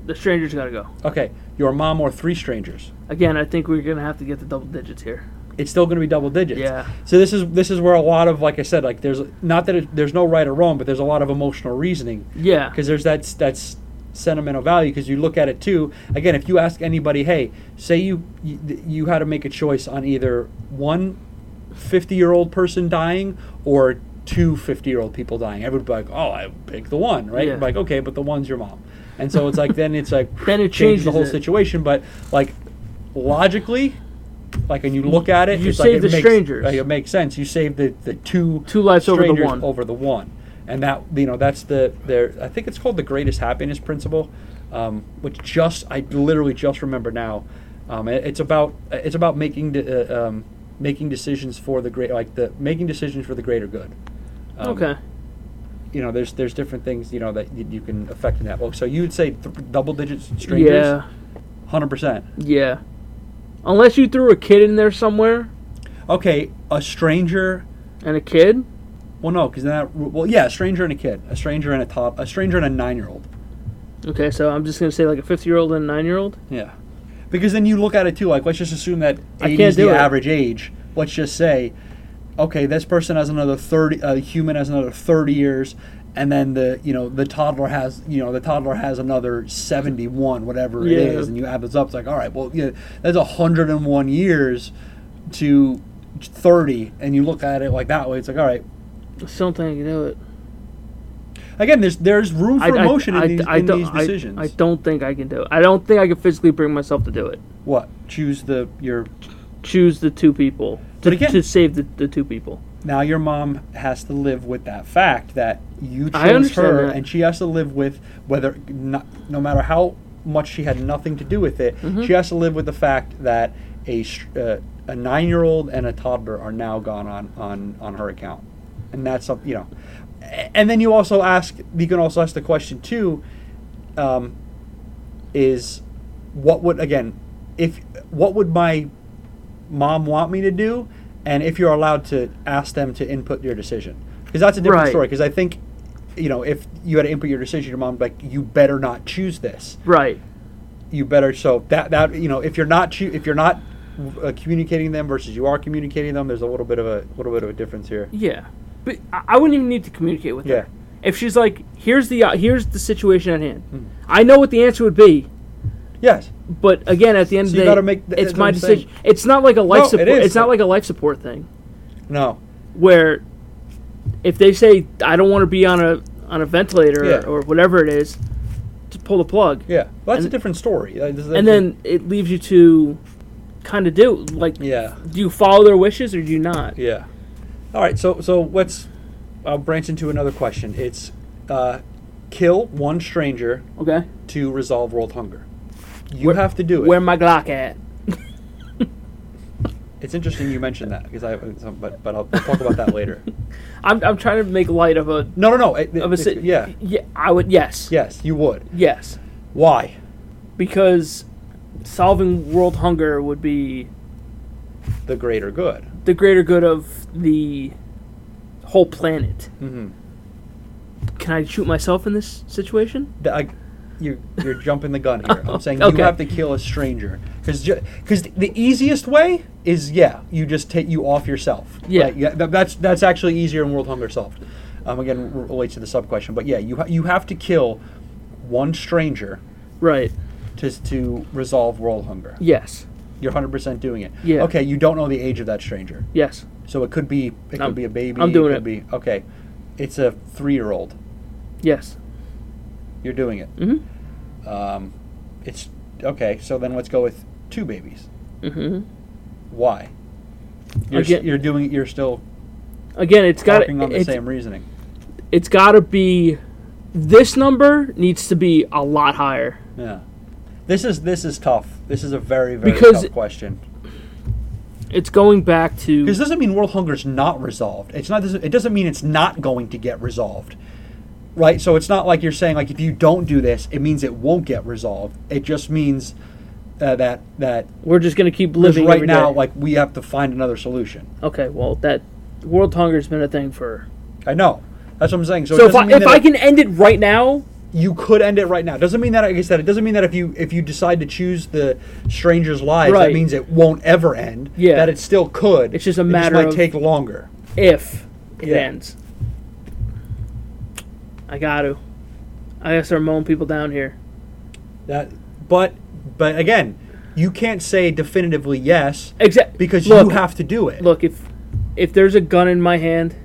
Speaker 2: the stranger's gotta go.
Speaker 1: Okay, your mom or three strangers.
Speaker 2: Again, I think we're gonna have to get the double digits here.
Speaker 1: it's still going to be double digits.
Speaker 2: Yeah.
Speaker 1: So this is this is where a lot of like I said like there's not that it, there's no right or wrong, but there's a lot of emotional reasoning
Speaker 2: Yeah.
Speaker 1: because there's that that's sentimental value because you look at it too. Again, if you ask anybody, hey, say you you, you had to make a choice on either one 50 year old person dying or two 50 year old people dying, everybody'd be like, oh, I pick the one, right?
Speaker 2: Yeah.
Speaker 1: Like, okay, but the one's your mom. And so it's like then it's like
Speaker 2: Then
Speaker 1: changes
Speaker 2: it
Speaker 1: the
Speaker 2: changes
Speaker 1: whole
Speaker 2: it.
Speaker 1: situation, but like logically, like and you look at it,
Speaker 2: You
Speaker 1: it's like
Speaker 2: saved
Speaker 1: it
Speaker 2: the
Speaker 1: makes,
Speaker 2: strangers.
Speaker 1: Like, it makes sense. You save the the two
Speaker 2: Two lives over the
Speaker 1: strangers
Speaker 2: one.
Speaker 1: over the one, and that you know that's the their. I think it's called the greatest happiness principle, um, which just I literally just remember now. Um, it- it's about it's about making the, uh, um, making decisions for the great like the making decisions for the greater good. Um,
Speaker 2: okay.
Speaker 1: You know, there's there's different things you know that you, you can affect in that book. So you would say th- double digit strangers,
Speaker 2: Yeah.
Speaker 1: hundred percent.
Speaker 2: Yeah. Unless you threw a kid in there somewhere
Speaker 1: Okay, a stranger.
Speaker 2: and a kid.
Speaker 1: Well, no, because that. Well, yeah, a stranger and a kid, a stranger and a top, a stranger and a nine-year-old.
Speaker 2: Okay, so I'm just gonna say like a 50 year old and a nine year old.
Speaker 1: Yeah, because then you look at it too. Like, let's just assume that
Speaker 2: I
Speaker 1: eighty
Speaker 2: can't
Speaker 1: is the
Speaker 2: do it.
Speaker 1: average age. Let's just say, okay, this person has another thirty. A human has another thirty years, and then the you know the toddler has you know the toddler has another seventy-one, whatever it
Speaker 2: Yeah.
Speaker 1: is, and you add this up. It's like, all right, well, yeah, that's hundred and one years to thirty, and you look at it like that way. It's like, all right.
Speaker 2: I still don't think I can do it.
Speaker 1: Again, there's there's room for
Speaker 2: I, I-
Speaker 1: emotion
Speaker 2: I-
Speaker 1: in, these,
Speaker 2: I
Speaker 1: in
Speaker 2: don't-
Speaker 1: these
Speaker 2: I-
Speaker 1: decisions.
Speaker 2: I, don't think I can do it. I don't think I can physically bring myself to do it.
Speaker 1: what choose the your
Speaker 2: Choose the two people to,
Speaker 1: But again-
Speaker 2: to save the, the two people.
Speaker 1: now your mom has to live with that fact that you
Speaker 2: I
Speaker 1: chose
Speaker 2: understand
Speaker 1: her
Speaker 2: that.
Speaker 1: and she has to live with whether not, no matter how much she had nothing to do with it
Speaker 2: Mm-hmm.
Speaker 1: she has to live with the fact that a str- uh, a 9-year-old and a toddler are now gone on on on her account and that's something you know A- and then you also ask you can also ask the question too um, is what would again if what would my mom want me to do and if you're allowed to ask them to input your decision because that's a different
Speaker 2: Right.
Speaker 1: story because i think you know if you had to input your decision your mom like you better not choose this
Speaker 2: Right.
Speaker 1: you better so that that you know if you're not choo- if you're not uh, communicating them versus you are communicating them there's a little bit of a little bit of a difference here
Speaker 2: Yeah. But I, I wouldn't even need to communicate with
Speaker 1: Yeah.
Speaker 2: her. If she's like, here's the uh, here's the situation at hand.
Speaker 1: Hmm.
Speaker 2: I know what the answer would be,
Speaker 1: yes
Speaker 2: but again, at the end
Speaker 1: So
Speaker 2: of
Speaker 1: you
Speaker 2: the day,
Speaker 1: gotta make- that's
Speaker 2: it's
Speaker 1: what
Speaker 2: my
Speaker 1: I'm saying.
Speaker 2: decision. It's not like a life
Speaker 1: No, it
Speaker 2: support.
Speaker 1: is.
Speaker 2: it's not like a life support thing.
Speaker 1: no
Speaker 2: where if they say I don't want to be on a on a ventilator
Speaker 1: Yeah.
Speaker 2: or, whatever it is, to pull the plug.
Speaker 1: yeah well, that's a
Speaker 2: And-
Speaker 1: different story That- that's-
Speaker 2: And then it leaves you to kind of do like
Speaker 1: yeah
Speaker 2: do you follow their wishes or do you not?
Speaker 1: Yeah. All right. So so let's I'll branch into another question. It's uh, kill one stranger
Speaker 2: Okay.
Speaker 1: to resolve world hunger. You
Speaker 2: Where-
Speaker 1: have to do it.
Speaker 2: Where my Glock at?
Speaker 1: it's interesting you mentioned that because I uh, but but I'll, I'll talk about that later.
Speaker 2: I'm I'm trying to make light of a
Speaker 1: No no no. It, it-
Speaker 2: of a si-
Speaker 1: it- yeah
Speaker 2: Yeah, I would yes.
Speaker 1: yes you would.
Speaker 2: Yes.
Speaker 1: Why?
Speaker 2: Because solving world hunger would be
Speaker 1: The greater good.
Speaker 2: the greater good of the whole planet.
Speaker 1: Mm-hmm.
Speaker 2: Can I shoot myself in this situation?
Speaker 1: I, you you're jumping the gun here. I'm saying
Speaker 2: Okay.
Speaker 1: you have to kill a stranger because because the easiest way is yeah you just take you off yourself.
Speaker 2: Yeah.
Speaker 1: Right? yeah that, that's that's actually easier in World Hunger solved. Um, again, r- relates to the sub question, but yeah, you ha- you have to kill one stranger
Speaker 2: Right.
Speaker 1: to s- to resolve world hunger.
Speaker 2: Yes.
Speaker 1: You're 100 percent doing it.
Speaker 2: Yeah.
Speaker 1: Okay, you don't know the age of that stranger,
Speaker 2: Yes.
Speaker 1: so it could be it could
Speaker 2: I'm-
Speaker 1: be a baby.
Speaker 2: I'm doing
Speaker 1: it.
Speaker 2: it.
Speaker 1: Could be okay. It's a three year old.
Speaker 2: Yes.
Speaker 1: You're doing it.
Speaker 2: Mhm.
Speaker 1: Um, it's okay. So then let's go with two babies.
Speaker 2: Mm-hmm.
Speaker 1: Why? You're, s-
Speaker 2: Again-
Speaker 1: you're doing. You're still
Speaker 2: Again, it's got
Speaker 1: harping on the
Speaker 2: it's,
Speaker 1: same reasoning.
Speaker 2: it's got to be this number needs to be a lot higher.
Speaker 1: Yeah. This is this is tough. This is a very very
Speaker 2: Because-
Speaker 1: tough question.
Speaker 2: It's going back
Speaker 1: Because
Speaker 2: to
Speaker 1: it doesn't mean world hunger is not resolved. It's not. It doesn't mean it's not going to get resolved. Right. So it's not like you're saying like if you don't do this, it means it won't get resolved. It just means uh, that that
Speaker 2: we're just going to keep
Speaker 1: 'cause
Speaker 2: living
Speaker 1: right
Speaker 2: every
Speaker 1: now
Speaker 2: day.
Speaker 1: like we have to find another solution.
Speaker 2: okay, well that world hunger's been a thing for
Speaker 1: I know. That's what I'm saying. So,
Speaker 2: so
Speaker 1: it
Speaker 2: if I,
Speaker 1: doesn't mean
Speaker 2: if
Speaker 1: that
Speaker 2: I
Speaker 1: it-
Speaker 2: can end it right now,
Speaker 1: you could end it right now. Doesn't mean that like I said it doesn't mean that if you if you decide to choose the strangers' lives,
Speaker 2: Right.
Speaker 1: that means it won't ever end.
Speaker 2: Yeah.
Speaker 1: that it still could.
Speaker 2: It's just a
Speaker 1: it
Speaker 2: matter
Speaker 1: might
Speaker 2: of-
Speaker 1: take longer.
Speaker 2: if it
Speaker 1: Yeah.
Speaker 2: ends, I got to. I got to start mowing people down here.
Speaker 1: That, but but again, you can't say definitively yes
Speaker 2: Exactly
Speaker 1: because you have to do it.
Speaker 2: look if if there's a gun in my hand,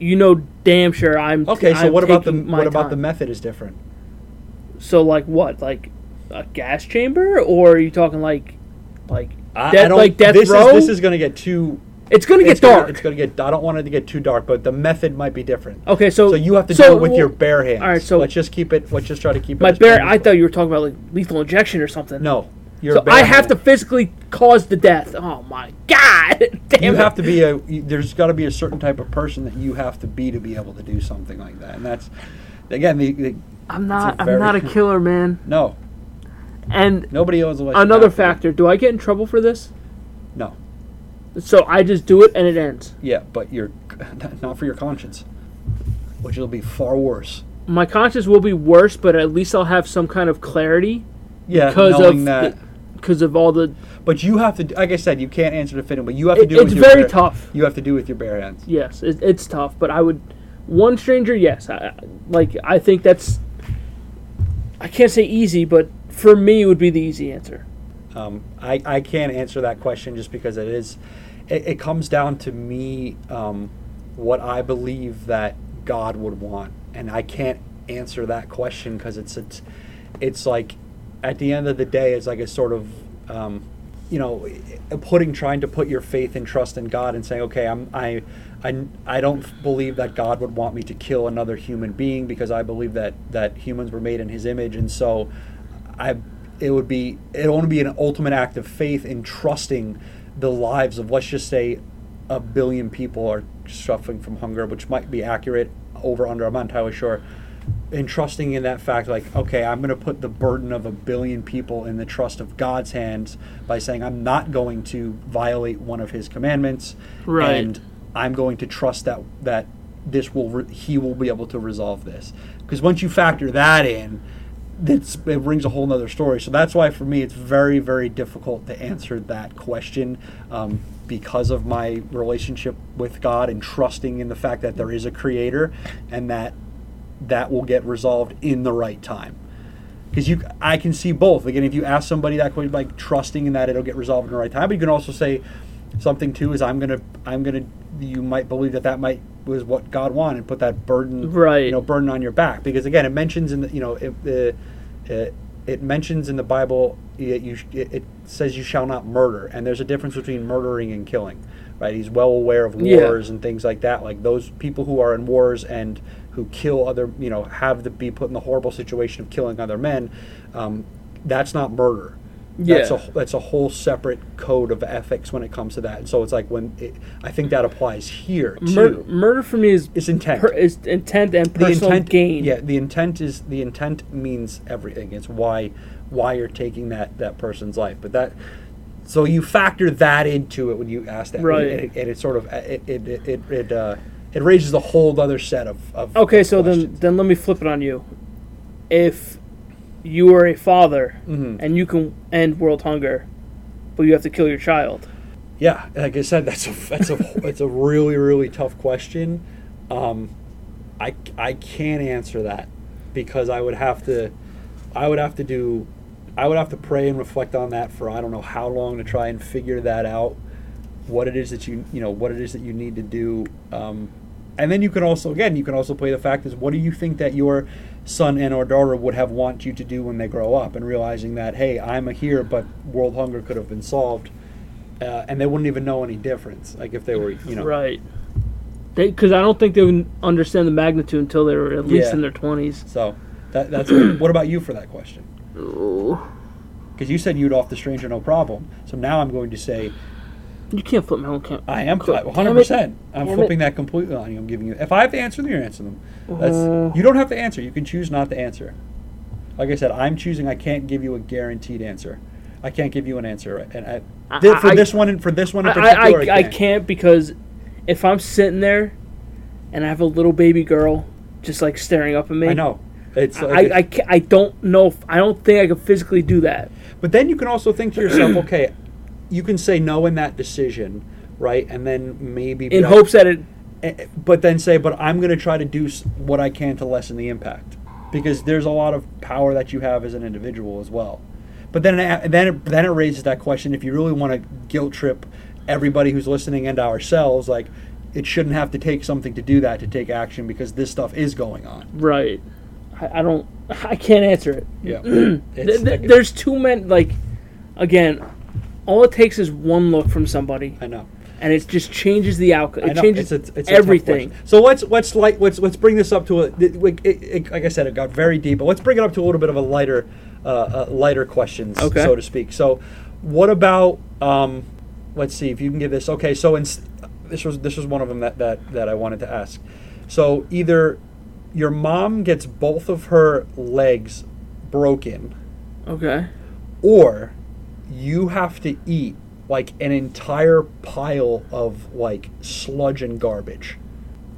Speaker 2: you know damn sure I'm
Speaker 1: okay, so
Speaker 2: I'm
Speaker 1: what about the
Speaker 2: taking my
Speaker 1: what about
Speaker 2: time.
Speaker 1: the method is different?
Speaker 2: So like what? Like a gas chamber, or are you talking like like
Speaker 1: I,
Speaker 2: death,
Speaker 1: I don't,
Speaker 2: like death
Speaker 1: this
Speaker 2: row?
Speaker 1: Is, this is going to get too.
Speaker 2: it's gonna get
Speaker 1: it's gonna-
Speaker 2: dark.
Speaker 1: it's going to get. I don't want it to get too dark, but the method might be different.
Speaker 2: okay, so
Speaker 1: So you have to
Speaker 2: so,
Speaker 1: do it with
Speaker 2: well,
Speaker 1: your bare hands.
Speaker 2: all right, so-
Speaker 1: let's just keep it. Let's just try to keep it.
Speaker 2: my
Speaker 1: as
Speaker 2: bare.
Speaker 1: plain as
Speaker 2: I thought you were talking about like lethal injection or something.
Speaker 1: No, you're.
Speaker 2: so I have to physically cause the death. Oh my god! Damn
Speaker 1: You
Speaker 2: it.
Speaker 1: have to be a. you- There's got to be a certain type of person that you have to be to be able to do something like that, and that's, again, the, the
Speaker 2: I'm not.
Speaker 1: It's a
Speaker 2: I'm
Speaker 1: very-
Speaker 2: not a killer, man.
Speaker 1: no.
Speaker 2: And
Speaker 1: Nobody owns a license.
Speaker 2: another
Speaker 1: plate.
Speaker 2: factor, do I get in trouble for this?
Speaker 1: No.
Speaker 2: So I just do it and it ends.
Speaker 1: Yeah, but you're not for your conscience, which will be far worse.
Speaker 2: My conscience will be worse, but at least I'll have some kind of clarity
Speaker 1: Yeah,
Speaker 2: because
Speaker 1: knowing
Speaker 2: of
Speaker 1: that.
Speaker 2: because of all the
Speaker 1: but you have to, like I said, you can't answer the fitting, but you have to
Speaker 2: It-
Speaker 1: do. It with
Speaker 2: it's
Speaker 1: your
Speaker 2: very
Speaker 1: bare-
Speaker 2: tough.
Speaker 1: You have to do with your bare hands.
Speaker 2: Yes, it, it's tough, but I would one stranger. Yes, I, like I think that's. I can't say easy, but for me, it would be the easy answer.
Speaker 1: Um, I, I can't answer that question just because it is, it, it comes down to me, um, what I believe that God would want, and I can't answer that question because it's it's, it's like, at the end of the day, it's like a sort of, um, you know, putting trying to put your faith and trust in God and saying, okay, I'm I. I, I don't believe that God would want me to kill another human being because I believe that, that humans were made in His image, and so I it would be it would only be an ultimate act of faith in trusting the lives of let's just say a billion people are suffering from hunger, which might be accurate over under. I'm not entirely sure. In trusting in that fact, like okay, I'm going to put the burden of a billion people in the trust of God's hands by saying I'm not going to violate one of His commandments,
Speaker 2: Right.
Speaker 1: And I'm going to trust that that this will re- he will be able to resolve this because once you factor that in that's it brings a whole nother story so that's why for me it's very very difficult to answer that question um, because of my relationship with god and trusting in the fact that there is a creator and that that will get resolved in the right time because you I can see both. Again, if you ask somebody that question, like trusting in that it'll get resolved in the right time, but you can also say something too is I'm gonna I'm gonna you might believe that that might was what God wanted and put that burden
Speaker 2: Right.
Speaker 1: you know burden on your back because again it mentions in the you know it it, it, it mentions in the Bible it, you it, it says you shall not murder and there's a difference between murdering and killing right he's well aware of
Speaker 2: Yeah.
Speaker 1: wars and things like that like those people who are in wars and who kill other you know have to be put in the horrible situation of killing other men um, that's not murder that's
Speaker 2: Yeah.
Speaker 1: a that's a whole separate code of ethics when it comes to that and so it's like when it, i think that applies here too
Speaker 2: Mur- murder for me is
Speaker 1: It's intent.
Speaker 2: per- is intent and
Speaker 1: the
Speaker 2: personal
Speaker 1: intent
Speaker 2: gain.
Speaker 1: yeah the intent is the intent means everything it's why why you're taking that that person's life but that so you factor that into it when you ask that and
Speaker 2: Right.
Speaker 1: it, and it sort of uh, it it it, it, it, uh, it raises a whole other set of, of
Speaker 2: Okay, so
Speaker 1: questions.
Speaker 2: then then let me flip it on you. If you are a father
Speaker 1: Mm-hmm.
Speaker 2: and you can end world hunger, but you have to kill your child.
Speaker 1: yeah like i said that's a that's a it's a really really tough question um i i can't answer that because i would have to i would have to do i would have to pray and reflect on that for i don't know how long to try and figure that out what it is that you you know what it is that you need to do um and then you can also again you can also play the fact is what do you think that your son and or daughter would have want you to do when they grow up and realizing that hey i'm a here but world hunger could have been solved uh, and they wouldn't even know any difference. Like if they were, you know,
Speaker 2: Right. Because I don't think they would understand the magnitude until they were at least
Speaker 1: Yeah.
Speaker 2: in their twenties.
Speaker 1: So that, that's what about you for that question? Because you said you'd off the stranger no problem. So now I'm going to say
Speaker 2: You can't flip my own camp.
Speaker 1: I am
Speaker 2: Cool.
Speaker 1: 100. percent I'm
Speaker 2: Damn it.
Speaker 1: flipping that completely on you. I'm giving you. If I have to answer them, you're answering them. That's
Speaker 2: Uh.
Speaker 1: you don't have to answer. You can choose not to answer. Like I said, I'm choosing. I can't give you a guaranteed answer. I can't give you an answer. And I,
Speaker 2: I-
Speaker 1: thi- for
Speaker 2: I-
Speaker 1: this one, in- for this one in
Speaker 2: I, I,
Speaker 1: particular,
Speaker 2: I, I can't because if I'm sitting there and I have a little baby girl just like staring up at me,
Speaker 1: I know. It's
Speaker 2: I, I, ca- I don't know. If, I don't think I could physically do that.
Speaker 1: But then you can also think to yourself, okay, you can say no in that decision, right? And then maybe be
Speaker 2: In
Speaker 1: like-
Speaker 2: hopes that it.
Speaker 1: eh, eh, but then say, but I'm going to try to do s- what I can to lessen the impact because there's a lot of power that you have as an individual as well. But then it, a- then it, then it raises that question if you really want to guilt trip everybody who's listening and ourselves like it shouldn't have to take something to do that to take action because this stuff is going on.
Speaker 2: Right. I, I don't. I can't answer it.
Speaker 1: Yeah.
Speaker 2: Th-
Speaker 1: It's
Speaker 2: th-
Speaker 1: like-
Speaker 2: there's too many. Like, again, all it takes is one look from somebody,
Speaker 1: I know.
Speaker 2: and it just changes the outcome.
Speaker 1: I
Speaker 2: It
Speaker 1: know,
Speaker 2: changes
Speaker 1: it's a- it's a tough
Speaker 2: everything.
Speaker 1: question. so let's let's light let's let's bring this up to a th- like, it, it, like I said, it got very deep, but let's bring it up to a little bit of a lighter uh, uh, lighter questions,
Speaker 2: Okay.
Speaker 1: so to speak. So, what about um, let's see if you can give this. Okay, so in, this was this was one of them that that that I wanted to ask. So either your mom gets both of her legs broken,
Speaker 2: Okay.
Speaker 1: or you have to eat like an entire pile of like sludge and garbage.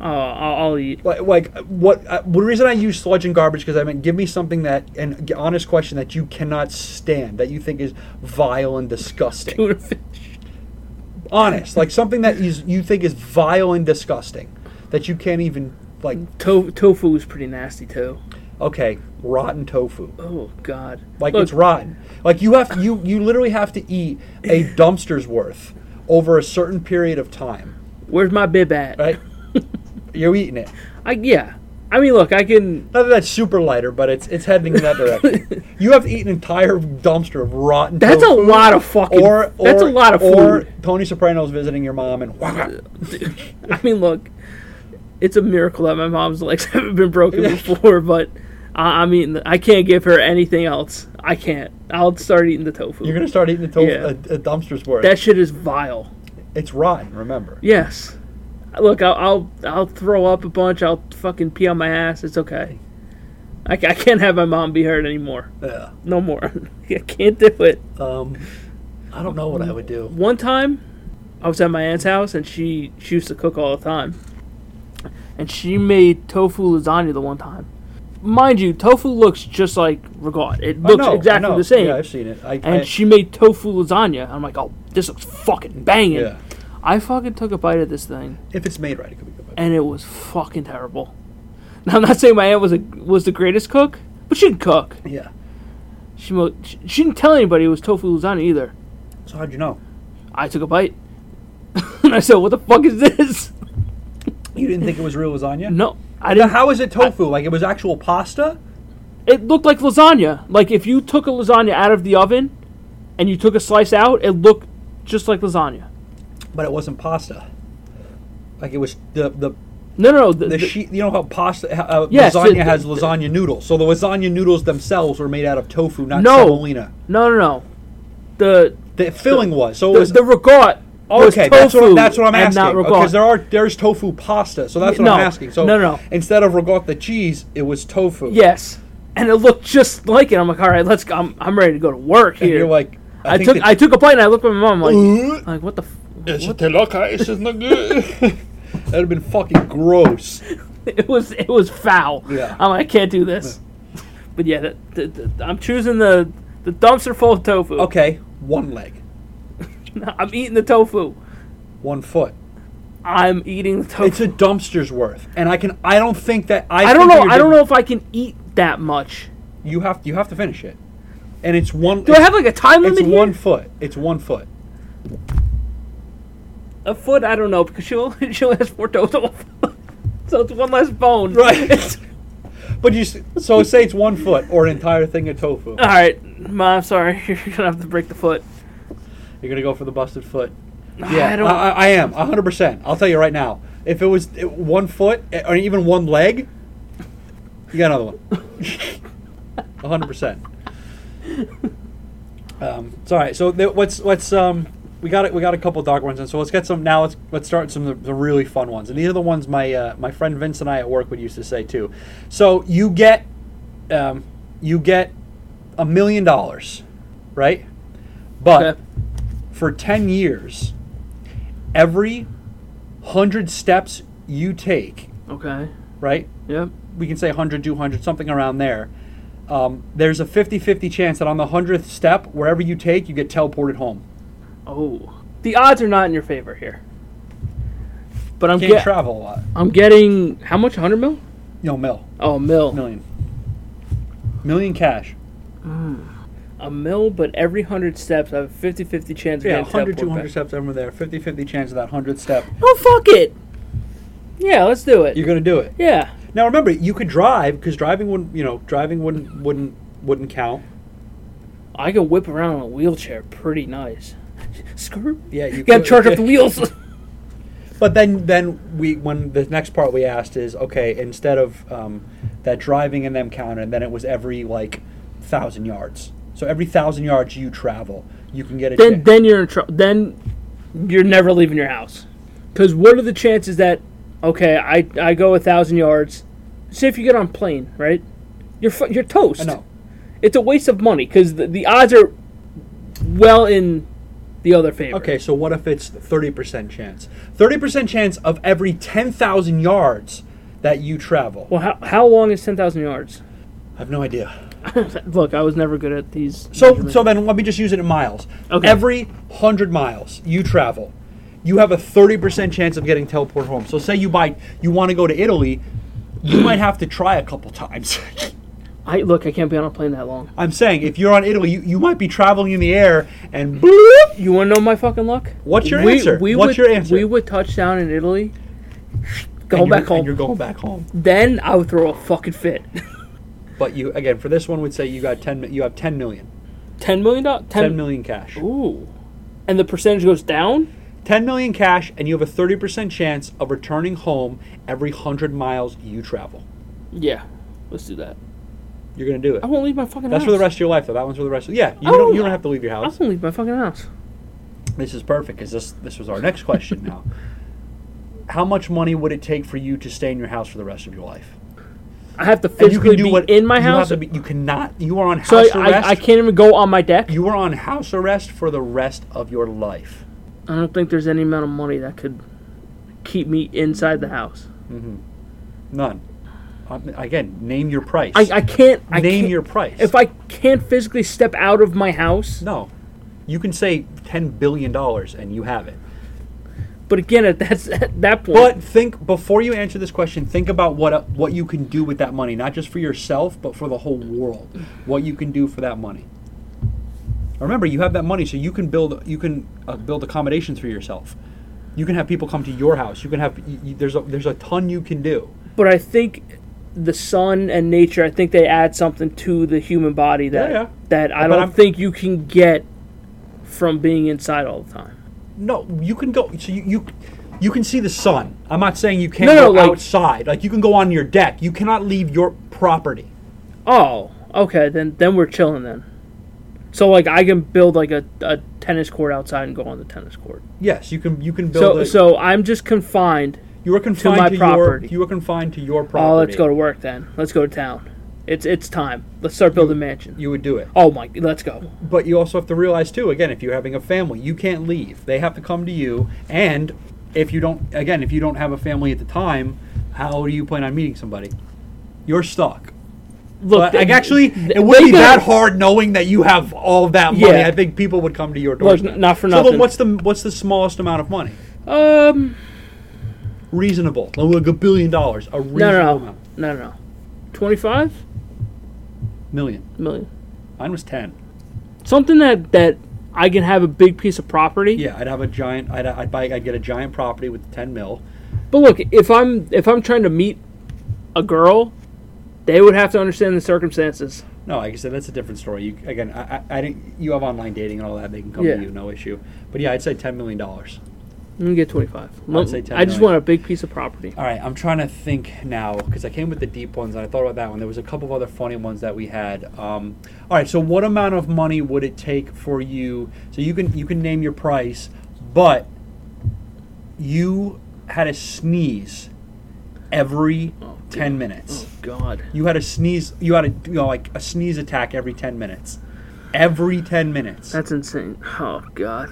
Speaker 2: Oh, I'll, I'll eat.
Speaker 1: Like, like what? Uh, the reason I use sludge and garbage because I meant give me something that an honest question that you cannot stand that you think is vile and disgusting.
Speaker 2: tuna fish.
Speaker 1: honest, like something that is you think is vile and disgusting, that you can't even like.
Speaker 2: To- tofu is pretty nasty too.
Speaker 1: Okay, rotten tofu,
Speaker 2: Oh God!
Speaker 1: like
Speaker 2: Look,
Speaker 1: it's rotten. Like you have you you literally have to eat a dumpster's worth over a certain period of time,
Speaker 2: Where's my bib at?
Speaker 1: right? You're eating it.
Speaker 2: I yeah. I mean, look, I can.
Speaker 1: Not that that's super lighter, but it's it's heading in that direction. you have to eat an entire dumpster of rotten.
Speaker 2: That's a
Speaker 1: tofu,
Speaker 2: lot of fucking.
Speaker 1: Or, or
Speaker 2: that's a lot of
Speaker 1: or
Speaker 2: food.
Speaker 1: Tony Soprano's visiting your mom and
Speaker 2: I mean, look, it's a miracle that my mom's legs haven't been broken before. But I, I mean, I can't give her anything else. I can't. I'll start eating the tofu.
Speaker 1: you're gonna start eating the tofu,
Speaker 2: Yeah.
Speaker 1: a, a dumpster's worth.
Speaker 2: that shit is vile.
Speaker 1: it's rotten. Remember.
Speaker 2: Yes. Look, I'll, I'll I'll throw up a bunch. I'll fucking pee on my ass. It's okay. I, ca- I can't have my mom be hurt anymore.
Speaker 1: Yeah.
Speaker 2: No more. I can't do it.
Speaker 1: Um, I don't know what I would do.
Speaker 2: one time I was at my aunt's house and she, she used to cook all the time. And she made tofu lasagna the one time. Mind you, tofu looks just like regaud. It
Speaker 1: I
Speaker 2: looks
Speaker 1: know, I
Speaker 2: exactly
Speaker 1: know.
Speaker 2: the same.
Speaker 1: Yeah, I've seen it. I,
Speaker 2: and
Speaker 1: I-
Speaker 2: she made tofu lasagna. I'm like, oh, this looks fucking banging.
Speaker 1: Yeah.
Speaker 2: I fucking took a bite of this thing
Speaker 1: if it's made right, it could be good.
Speaker 2: and it was fucking terrible. Now I'm not saying my aunt was a, was the greatest cook, but she didn't cook.
Speaker 1: yeah.
Speaker 2: She, mo- she she didn't tell anybody it was tofu lasagna either.
Speaker 1: So how'd you know?
Speaker 2: I took a bite. and I said, "What the fuck is this?"
Speaker 1: You didn't think it was real lasagna?
Speaker 2: No, I
Speaker 1: Now,
Speaker 2: didn't.
Speaker 1: how is it tofu? like it was actual pasta?
Speaker 2: It looked like lasagna. Like if you took a lasagna out of the oven and you took a slice out, it looked just like lasagna.
Speaker 1: but it wasn't pasta. Like it was the the
Speaker 2: No, no, no. The,
Speaker 1: the
Speaker 2: the-
Speaker 1: sheet. You know how pasta how, uh,
Speaker 2: Yes, the-
Speaker 1: lasagna
Speaker 2: the-
Speaker 1: has lasagna noodles. So the lasagna noodles themselves were made out of tofu, not
Speaker 2: No.
Speaker 1: semolina.
Speaker 2: no, no, no. The
Speaker 1: The filling was so it
Speaker 2: the,
Speaker 1: was
Speaker 2: the ricotta. was
Speaker 1: okay.
Speaker 2: tofu
Speaker 1: that's, what, that's what I'm
Speaker 2: and not
Speaker 1: asking
Speaker 2: ricotta.
Speaker 1: because there are there's tofu pasta. So that's what I'm
Speaker 2: No.
Speaker 1: asking. So
Speaker 2: No, no.
Speaker 1: instead of regatta cheese, it was tofu.
Speaker 2: Yes, and it looked just like it. I'm like, all right, let's. Go. I'm I'm ready to go to work
Speaker 1: And
Speaker 2: here.
Speaker 1: you're like
Speaker 2: I,
Speaker 1: think
Speaker 2: took
Speaker 1: that- Uh-huh.
Speaker 2: I took a bite and I looked at my mom like, I'm like what the. F-?
Speaker 1: What the loca? It's just not good. That'd have been fucking gross.
Speaker 2: It was it was foul.
Speaker 1: Yeah.
Speaker 2: I'm like, I can't do this. But yeah, that, that, that- I'm choosing the the dumpster full of tofu.
Speaker 1: Okay, one leg,
Speaker 2: I'm eating the tofu.
Speaker 1: one foot.
Speaker 2: I'm eating the tofu.
Speaker 1: It's a dumpster's worth, and I can. I don't think that I.
Speaker 2: I don't
Speaker 1: think
Speaker 2: know.
Speaker 1: you're
Speaker 2: I don't
Speaker 1: gonna-
Speaker 2: know if I can eat that much.
Speaker 1: You have you have to finish it, and it's one.
Speaker 2: Do I have like a time
Speaker 1: It's
Speaker 2: limit? here?
Speaker 1: one foot. It's one foot.
Speaker 2: a foot. I don't know because she'll she'll has four toes. so it's one less bone.
Speaker 1: Right. but you s- so say it's one foot or an entire thing of tofu.
Speaker 2: All right, Ma. I'm sorry. You're gonna have to break the foot.
Speaker 1: You're gonna go for the busted foot. Yeah, I,
Speaker 2: don't-
Speaker 1: I, I am 100. percent I'll tell you right now. If it was uh, one foot uh, or even one leg, you got another one. 100. percent Um, it's all right. So th- let's let's um, we got it. We got a couple dark ones, and so let's get some now. Let's let's start some of the, the really fun ones, and these are the ones my uh, my friend Vince and I at work would used to say too. So you get um, you get a million dollars, right? But
Speaker 2: Okay.
Speaker 1: for 10 years, every 100 steps you take,
Speaker 2: Okay.
Speaker 1: right?
Speaker 2: Yep.
Speaker 1: We can say 100, 200, something around there. Um, there's a 50 50 chance that on the 100th step, wherever you take, you get teleported home.
Speaker 2: Oh, the odds are not in your favor here. But I'm
Speaker 1: You can't
Speaker 2: get,
Speaker 1: travel a lot.
Speaker 2: I'm getting how much? 100 mil?
Speaker 1: No, mil.
Speaker 2: Oh, a mil.
Speaker 1: Million. Million cash.
Speaker 2: A mil, but every 100 steps, I have a 50-50 chance of
Speaker 1: Yeah,
Speaker 2: getting 100,
Speaker 1: 100, 200 steps over there. 50 50 chance of that 100th step.
Speaker 2: Oh, fuck it. Yeah, let's do it.
Speaker 1: You're going to do it.
Speaker 2: yeah.
Speaker 1: Now remember, you could drive because driving wouldn't, you know, driving wouldn't wouldn't wouldn't count.
Speaker 2: I can whip around in a wheelchair pretty nice. Screw.
Speaker 1: Yeah, you
Speaker 2: You gotta
Speaker 1: could,
Speaker 2: charge up
Speaker 1: yeah.
Speaker 2: the wheels.
Speaker 1: But then, then we when the next part we asked is okay. Instead of um, that driving and them counting, then it was every like thousand yards. So every thousand yards you travel, you can get a
Speaker 2: then
Speaker 1: chance.
Speaker 2: then you're in trouble. Then you're never leaving your house. Because what are the chances that okay, I I go a thousand yards. Say if you get on a plane, right? You're fu- you're toast.
Speaker 1: I know.
Speaker 2: It's a waste of money because the, the odds are well in the other favor.
Speaker 1: Okay, so what if it's 30% chance? 30% chance of every 10,000 yards that you travel.
Speaker 2: Well, how, how long is 10,000 yards?
Speaker 1: I have no idea.
Speaker 2: Look, I was never good at these.
Speaker 1: So,
Speaker 2: measurements.
Speaker 1: so then let me just use it in miles.
Speaker 2: Okay.
Speaker 1: Every 100 miles you travel, you have a 30% chance of getting teleported home. So say you buy you want to go to Italy, you might have to try a couple times.
Speaker 2: I look, I can't be on a plane that long.
Speaker 1: I'm saying if you're on Italy, you, you might be traveling in the air and bloop,
Speaker 2: You want to know my fucking luck?
Speaker 1: What's your
Speaker 2: we,
Speaker 1: answer?
Speaker 2: We
Speaker 1: What's
Speaker 2: would,
Speaker 1: your answer?
Speaker 2: We would touch down in Italy, go
Speaker 1: and you're-
Speaker 2: back
Speaker 1: And
Speaker 2: home.
Speaker 1: you're going back home.
Speaker 2: Then I would throw a fucking fit.
Speaker 1: But you again for this one would say you got 10 mi- you have 10 million.
Speaker 2: Ten million dollars.
Speaker 1: 10 million cash.
Speaker 2: Ooh. And the percentage goes down.
Speaker 1: 10 million cash and you have a 30% chance of returning home every 100 miles you travel.
Speaker 2: Yeah, let's do that.
Speaker 1: You're going to do it.
Speaker 2: I won't leave my fucking
Speaker 1: That's
Speaker 2: house.
Speaker 1: for the rest of your life, though. That one's for the rest. Of, yeah, you
Speaker 2: I
Speaker 1: don't
Speaker 2: won't-
Speaker 1: you don't have to leave your
Speaker 2: I
Speaker 1: house.
Speaker 2: won't leave my fucking house.
Speaker 1: This is perfect because this this was our next question now. How much money would it take for you to stay in your house for the rest of your life?
Speaker 2: I have to
Speaker 1: And you
Speaker 2: physically be in my
Speaker 1: you have
Speaker 2: house.
Speaker 1: to be- you cannot. You are on
Speaker 2: so
Speaker 1: house
Speaker 2: I,
Speaker 1: arrest.
Speaker 2: I, I can't even go on my deck.
Speaker 1: You are on house arrest for the rest of your life.
Speaker 2: I don't think there's any amount of money that could keep me inside the house.
Speaker 1: None. Um, again, name your price.
Speaker 2: I, I can't. I
Speaker 1: name
Speaker 2: can't,
Speaker 1: your price.
Speaker 2: If I can't physically step out of my house,
Speaker 1: no, you can say ten billion dollars and you have it.
Speaker 2: but again, at that's at that point.
Speaker 1: But think before you answer this question. Think about what uh, what you can do with that money, not just for yourself, but for the whole world. What you can do for that money. Remember, you have that money, so you can build you can uh, build accommodations for yourself. You can have people come to your house. You can have you, you- there's a there's a ton you can do.
Speaker 2: But I think the sun and nature, I think they add something to the human body that
Speaker 1: Yeah, yeah.
Speaker 2: that I
Speaker 1: But
Speaker 2: don't
Speaker 1: I'm-
Speaker 2: think you can get from being inside all the time.
Speaker 1: No, you can go. So you. you you can see the sun. I'm not saying you can't
Speaker 2: No, no,
Speaker 1: go
Speaker 2: like-
Speaker 1: outside. Like you can go on your deck. You cannot leave your property.
Speaker 2: Oh, okay, then then we're chilling then. So like I can build like a, a tennis court outside and go on the tennis court.
Speaker 1: Yes, you can. You can build.
Speaker 2: So
Speaker 1: a,
Speaker 2: so I'm just confined.
Speaker 1: You are confined to,
Speaker 2: my property.
Speaker 1: your. You are confined to your property.
Speaker 2: Oh, let's go to work then. Let's go to town. It's it's time. Let's start building mansion.
Speaker 1: You would do it,
Speaker 2: oh my, let's go.
Speaker 1: but you also have to realize too. Again, if you're having a family, you can't leave. They have to come to you, and if you don't, again, if you don't have a family at the time, how do you plan on meeting somebody? You're stuck.
Speaker 2: Look,
Speaker 1: But like,
Speaker 2: they-
Speaker 1: actually,
Speaker 2: they-
Speaker 1: it wouldn't be
Speaker 2: they got-
Speaker 1: that hard knowing that you have all that money.
Speaker 2: Yeah.
Speaker 1: I think people would come to your
Speaker 2: Look,
Speaker 1: doorstep.
Speaker 2: not for
Speaker 1: so then
Speaker 2: nothing.
Speaker 1: what's the what's the smallest amount of money?
Speaker 2: Um,
Speaker 1: Reasonable, like a billion dollars, a reasonable
Speaker 2: No, no, no,
Speaker 1: amount,
Speaker 2: no, no, no. Twenty-five
Speaker 1: million.
Speaker 2: million.
Speaker 1: Mine was ten.
Speaker 2: Something that that I can have a big piece of property.
Speaker 1: Yeah, I'd have a giant. I'd, I'd buy. I'd get a giant property with ten mil.
Speaker 2: But look, if I'm if I'm trying to meet a girl, they would have to understand the circumstances.
Speaker 1: No, like I said, that's a different story. You again, I, I, I didn't. You have online dating and all that; they can come
Speaker 2: Yeah.
Speaker 1: to you, no issue. But yeah, I'd say ten million dollars.
Speaker 2: Let me get twenty-five. Let-
Speaker 1: say 10
Speaker 2: I just
Speaker 1: million.
Speaker 2: want a big piece of property.
Speaker 1: All right, I'm trying to think now because I came with the deep ones, and I thought about that one. There was a couple of other funny ones that we had. Um, all right, so what amount of money would it take for you? So you can you can name your price, but you had a sneeze every ten minutes.
Speaker 2: God.
Speaker 1: You had a sneeze. You had a you know like a sneeze attack every ten minutes. Every ten minutes.
Speaker 2: That's insane. Oh God,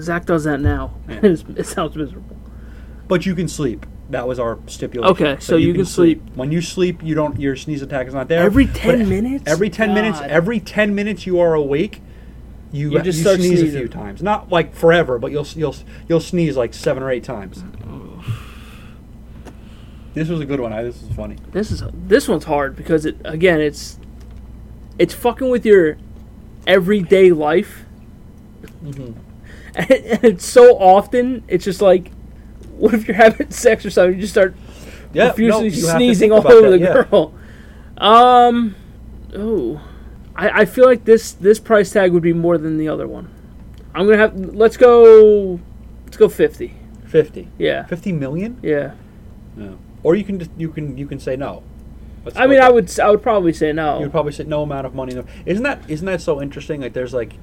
Speaker 2: Zach does that now.
Speaker 1: Yeah.
Speaker 2: It's it sounds miserable.
Speaker 1: But you can sleep. That was our stipulation.
Speaker 2: Okay, so you can
Speaker 1: When you sleep, you don't. Your sneeze attack is not there.
Speaker 2: Every
Speaker 1: But
Speaker 2: 10
Speaker 1: e-
Speaker 2: minutes?
Speaker 1: Every ten minutes.
Speaker 2: God.
Speaker 1: Every ten minutes you are awake. You,
Speaker 2: You just
Speaker 1: you
Speaker 2: start
Speaker 1: sneeze a few
Speaker 2: sneezing.
Speaker 1: times. Not like forever, but you'll you'll you'll sneeze like seven or eight times. This was a good one. I, this was funny.
Speaker 2: This is this one's hard because it again it's it's fucking with your everyday life.
Speaker 1: Mm-hmm.
Speaker 2: And, and it's so often it's just like what if you're having sex or something you just start
Speaker 1: Yeah, no,
Speaker 2: profusely
Speaker 1: you have to
Speaker 2: sneezing
Speaker 1: think
Speaker 2: all
Speaker 1: about
Speaker 2: over
Speaker 1: that,
Speaker 2: the
Speaker 1: yeah.
Speaker 2: girl. Um oh I, I feel like this this price tag would be more than the other one. I'm gonna have let's go let's go fifty.
Speaker 1: Fifty.
Speaker 2: Yeah.
Speaker 1: Fifty million.
Speaker 2: Yeah.
Speaker 1: No. Or you can just you can you can say no. Let's go
Speaker 2: I mean
Speaker 1: with
Speaker 2: I
Speaker 1: it.
Speaker 2: would s- I would probably say no.
Speaker 1: You'd probably say no amount of money. No. Isn't that isn't that so interesting? Like there's like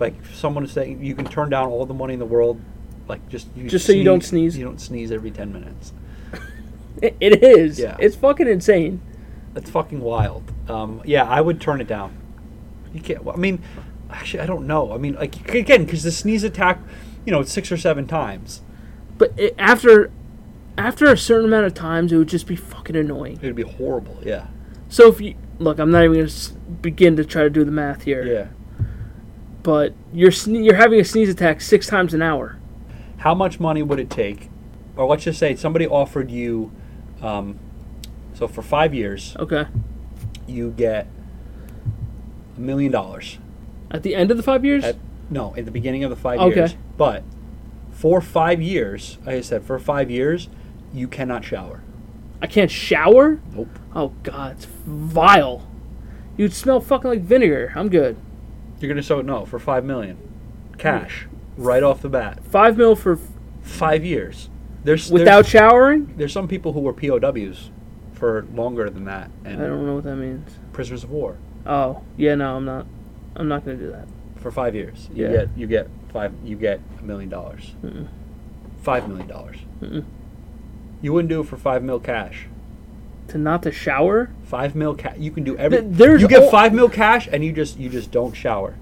Speaker 1: like someone saying you can turn down all the money in the world, like just you
Speaker 2: Just so you don't sneeze?
Speaker 1: You don't sneeze every ten minutes.
Speaker 2: It- it is.
Speaker 1: Yeah.
Speaker 2: It's fucking insane.
Speaker 1: That's fucking wild. Um, yeah, I would turn it down. You can't. well, I mean, Actually, I don't know. I mean, like again, because the sneeze attack, you know, it's six or seven times.
Speaker 2: But it, after after a certain amount of times, it would just be fucking annoying.
Speaker 1: It'd be horrible. Yeah.
Speaker 2: So if you look, I'm not even gonna s- begin to try to do the math here.
Speaker 1: Yeah.
Speaker 2: But you're sne- you're having a sneeze attack six times an hour.
Speaker 1: How much money would it take, or let's just say somebody offered you, um, so for five years
Speaker 2: Okay.
Speaker 1: you get a million dollars.
Speaker 2: At the end of the five years.
Speaker 1: At, no, at the beginning of the five
Speaker 2: Okay.
Speaker 1: years. But for five years, like I said, for five years, you cannot shower.
Speaker 2: I can't shower?
Speaker 1: Nope.
Speaker 2: Oh god, it's vile. You'd smell fucking like vinegar. I'm good.
Speaker 1: You're gonna so no for five million, cash, right off the bat.
Speaker 2: Five mil for
Speaker 1: Five years. There's
Speaker 2: without
Speaker 1: there's,
Speaker 2: showering?
Speaker 1: there's some people who were POWs for longer than that
Speaker 2: I
Speaker 1: and
Speaker 2: don't know what that means.
Speaker 1: prisoners of war
Speaker 2: Oh, yeah, no, I'm not. I'm not gonna do that.
Speaker 1: for five years. You
Speaker 2: Yeah.
Speaker 1: get you get five you get a million dollars. Five million dollars.
Speaker 2: Mm-mm.
Speaker 1: You wouldn't do it for five mil cash.
Speaker 2: To not to shower?
Speaker 1: Five mil cash. You can do every.
Speaker 2: Th- there's
Speaker 1: you get
Speaker 2: al-
Speaker 1: five mil cash, and you just you just don't shower.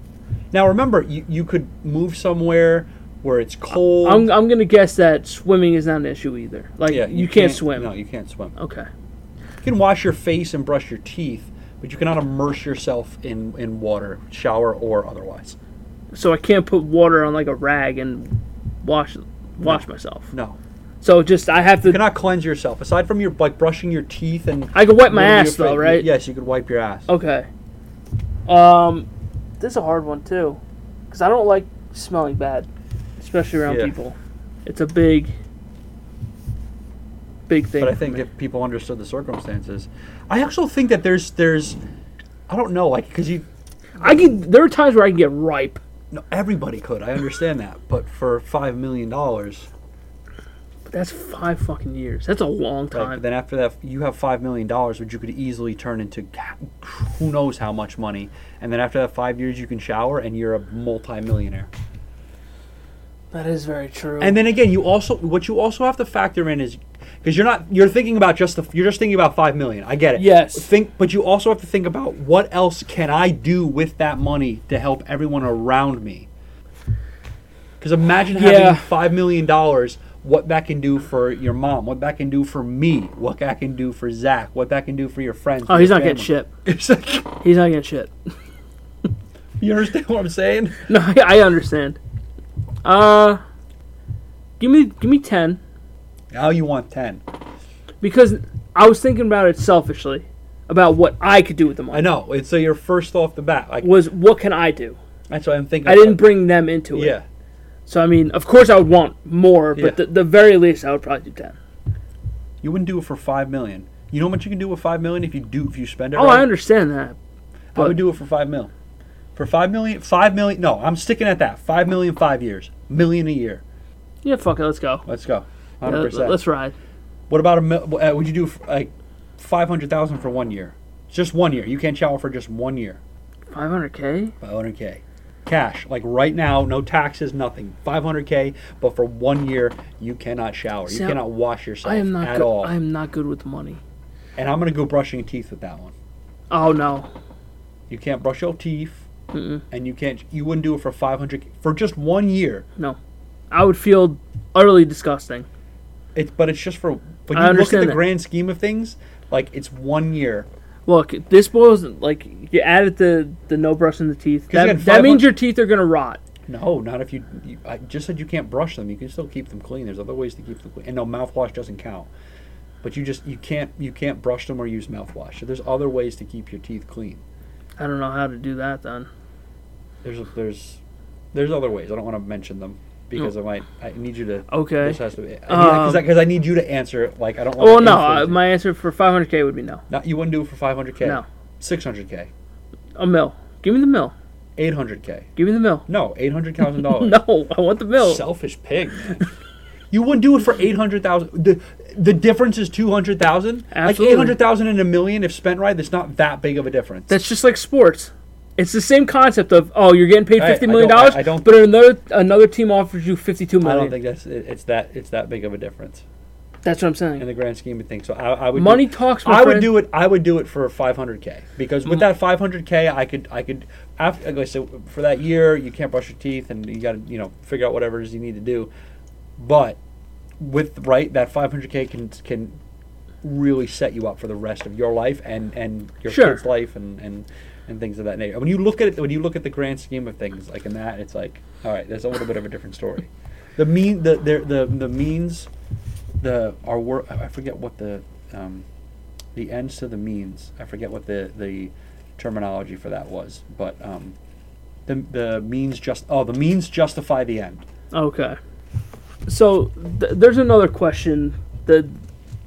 Speaker 1: Now remember, you, you could move somewhere where it's cold.
Speaker 2: I'm, I'm gonna guess that swimming is not an issue either. Like
Speaker 1: yeah,
Speaker 2: you, can't, swim. Oh.
Speaker 1: No, you can't swim.
Speaker 2: Okay.
Speaker 1: You can wash your face and brush your teeth, but you cannot immerse yourself in in water, shower or otherwise.
Speaker 2: So I can't put water on like a rag and wash wash myself.
Speaker 1: No,
Speaker 2: So just I have
Speaker 1: you
Speaker 2: to.
Speaker 1: cannot cleanse yourself aside from your like brushing your teeth and.
Speaker 2: I could wipe my
Speaker 1: moving your
Speaker 2: ass though,
Speaker 1: fa-
Speaker 2: right?
Speaker 1: Yes, you could wipe your ass.
Speaker 2: Okay. Um, this is a hard one too, because I don't like smelling bad, especially around
Speaker 1: Yeah.
Speaker 2: people. It's a big, big thing.
Speaker 1: But I
Speaker 2: for
Speaker 1: think
Speaker 2: me.
Speaker 1: if people understood the circumstances, I actually think that there's there's, I don't know, like because you
Speaker 2: I can. There are times where I can get ripe.
Speaker 1: No, everybody could. I understand that, but for five million dollars,
Speaker 2: But that's five fucking years. That's a long time.
Speaker 1: then after that, you have five million dollars, which you could easily turn into ca- who knows how much money. And then after that, five years, you can shower, and you're a multi-millionaire.
Speaker 2: That is very true.
Speaker 1: And then again, you also what you also have to factor in is because you're not you're thinking about just the you're just thinking about five million. I get it.
Speaker 2: Yes.
Speaker 1: Think, but you also have to think about what else can I do with that money to help everyone around me. Because imagine having
Speaker 2: Yeah.
Speaker 1: five million dollars. What that can do for your mom, what that can do for me, what that can do for Zach, what that can do for your friends.
Speaker 2: oh,
Speaker 1: for
Speaker 2: he's
Speaker 1: your
Speaker 2: not getting
Speaker 1: family.
Speaker 2: shit.
Speaker 1: It's like-
Speaker 2: He's not getting shit.
Speaker 1: you understand what I'm saying?
Speaker 2: No, I, I understand. Uh, give me give me ten
Speaker 1: Now you want ten.
Speaker 2: because I was thinking about it selfishly, about what I could do with the money.
Speaker 1: I know. It's so your first off the bat. Like
Speaker 2: was what can I do?
Speaker 1: that's what I'm thinking.
Speaker 2: I didn't bring them into it.
Speaker 1: Yeah.
Speaker 2: So I mean, of course I would want more, but
Speaker 1: Yeah.
Speaker 2: the, the very least I would probably do ten.
Speaker 1: You wouldn't do it for five million. You know how much you can do with five million if you do if you spend it.
Speaker 2: Oh,
Speaker 1: right?
Speaker 2: I understand that.
Speaker 1: I would do it for five mil. For five million, five million. No, I'm sticking at that. Five million, five years, million a year.
Speaker 2: Yeah, fuck it, let's go.
Speaker 1: Let's go.
Speaker 2: Yeah,
Speaker 1: Hundred percent.
Speaker 2: let's ride.
Speaker 1: What about a? mil- Uh, would you do like five hundred thousand for one year? Just one year. You can't shower for just one year.
Speaker 2: Five hundred k.
Speaker 1: Five hundred k, cash. Like right now, no taxes, nothing. Five hundred k, but for one year, you cannot shower.
Speaker 2: See,
Speaker 1: you
Speaker 2: I-
Speaker 1: cannot wash yourself
Speaker 2: I am not.
Speaker 1: at
Speaker 2: Good.
Speaker 1: all.
Speaker 2: I am not good with money.
Speaker 1: and I'm gonna go brushing teeth with that one.
Speaker 2: Oh no.
Speaker 1: You can't brush your teeth.
Speaker 2: Mm-mm.
Speaker 1: and you can't you wouldn't do it for 500 for just one year
Speaker 2: No. I would feel utterly disgusting.
Speaker 1: it's but it's just for but you look
Speaker 2: I
Speaker 1: at
Speaker 2: understand
Speaker 1: the
Speaker 2: that.
Speaker 1: grand scheme of things like it's one year
Speaker 2: Look, this boils like you added the the no brushing the teeth.
Speaker 1: you had
Speaker 2: That, that
Speaker 1: 500
Speaker 2: means your teeth are gonna rot.
Speaker 1: no not if you, you i just said you can't brush them you can still keep them clean there's other ways to keep them clean and no mouthwash doesn't count but you just you can't you can't brush them or use mouthwash so there's other ways to keep your teeth clean
Speaker 2: I don't know how to do that then.
Speaker 1: there's there's there's other ways i don't want to mention them because I might, I need you to.
Speaker 2: Oh. Okay.
Speaker 1: This has to be. Because I,
Speaker 2: Um,
Speaker 1: 'cause I need you to answer. Like I don't want.
Speaker 2: Well, no. I, my answer for five hundred k would be no.
Speaker 1: Not you wouldn't do it for 500k.
Speaker 2: No.
Speaker 1: 600k.
Speaker 2: A mill. Give me the mill.
Speaker 1: 800k.
Speaker 2: Give me the mill.
Speaker 1: No, eight hundred thousand dollars.
Speaker 2: No, I want the mill.
Speaker 1: selfish pig. man. you wouldn't do it for eight hundred thousand. The the difference is two hundred thousand. Like
Speaker 2: Absolutely.
Speaker 1: eight hundred thousand and a million, if spent right, that's not that big of a difference.
Speaker 2: That's just like sports. It's the same concept of oh, you're getting paid
Speaker 1: Hey,
Speaker 2: fifty
Speaker 1: I
Speaker 2: million
Speaker 1: don't-
Speaker 2: dollars,
Speaker 1: I- I don't-
Speaker 2: but another another team offers you fifty two
Speaker 1: I don't
Speaker 2: million.
Speaker 1: think that's it, it's that it's that big of a difference.
Speaker 2: That's what I'm saying.
Speaker 1: in the grand scheme of things. So I, I would
Speaker 2: Money
Speaker 1: do,
Speaker 2: talks, my
Speaker 1: I would
Speaker 2: friend. Mm.
Speaker 1: do it. I would do it for 500k because with that 500k, I could I could after like I said for that year you can't brush your teeth and you got to you know figure out whatever it is you need to do, but with right that 500k can can really set you up for the rest of your life and and your
Speaker 2: Sure.
Speaker 1: kids' life and and. And things of that nature. When you look at it, when you look at the grand scheme of things, like in that, it's like, all right, there's a little bit of a different story. The mean, the the the, the means the our work I forget what the um, the ends to the means I forget what the the terminology for that was but um, the the means just oh the means justify the end
Speaker 2: Okay. So th- there's another question, the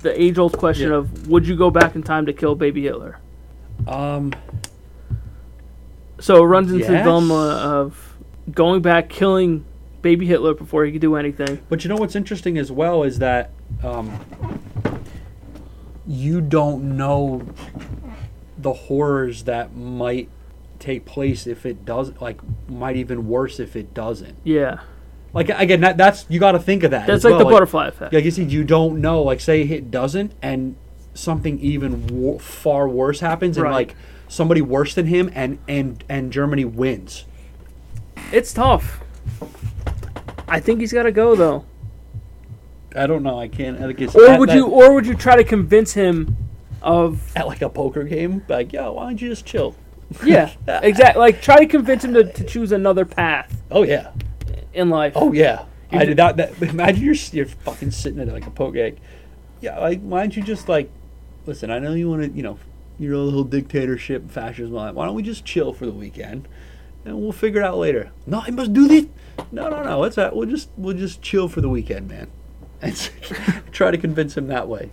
Speaker 2: the age old question
Speaker 1: Yeah.
Speaker 2: of would you go back in time to kill baby Hitler?
Speaker 1: um
Speaker 2: So it runs into the
Speaker 1: Yes.
Speaker 2: dilemma of going back, killing baby Hitler before he could do anything.
Speaker 1: but you know what's interesting as well is that um, you don't know the horrors that might take place if it doesn't like might even worse if it doesn't
Speaker 2: Yeah.
Speaker 1: like again that, that's you got to think of that as
Speaker 2: That's like
Speaker 1: well,
Speaker 2: the butterfly effect.
Speaker 1: like you said, you don't know. Like, say it doesn't, and something even wo- far worse happens, and
Speaker 2: Right.
Speaker 1: like somebody worse than him, and and and Germany wins.
Speaker 2: It's tough. I think he's got to go though.
Speaker 1: I don't know. I can't. I guess
Speaker 2: Or
Speaker 1: that-
Speaker 2: would
Speaker 1: that-
Speaker 2: you or would you try to convince him of
Speaker 1: at like a poker game? Like, yo, why don't you just chill?
Speaker 2: yeah, exactly. Like try to convince him to, to choose another path
Speaker 1: Oh yeah.
Speaker 2: in life.
Speaker 1: Oh yeah. I
Speaker 2: You-
Speaker 1: did not. That, imagine you're you're fucking sitting at like a poker game. Yeah. Like, why don't you just like listen? I know you want to. You know, your little dictatorship, fascism. all that. Why don't we just chill for the weekend? And we'll figure it out later. No, I must do this. No, no, no. What's that? We'll just we'll just chill for the weekend, man. And try to convince him that way.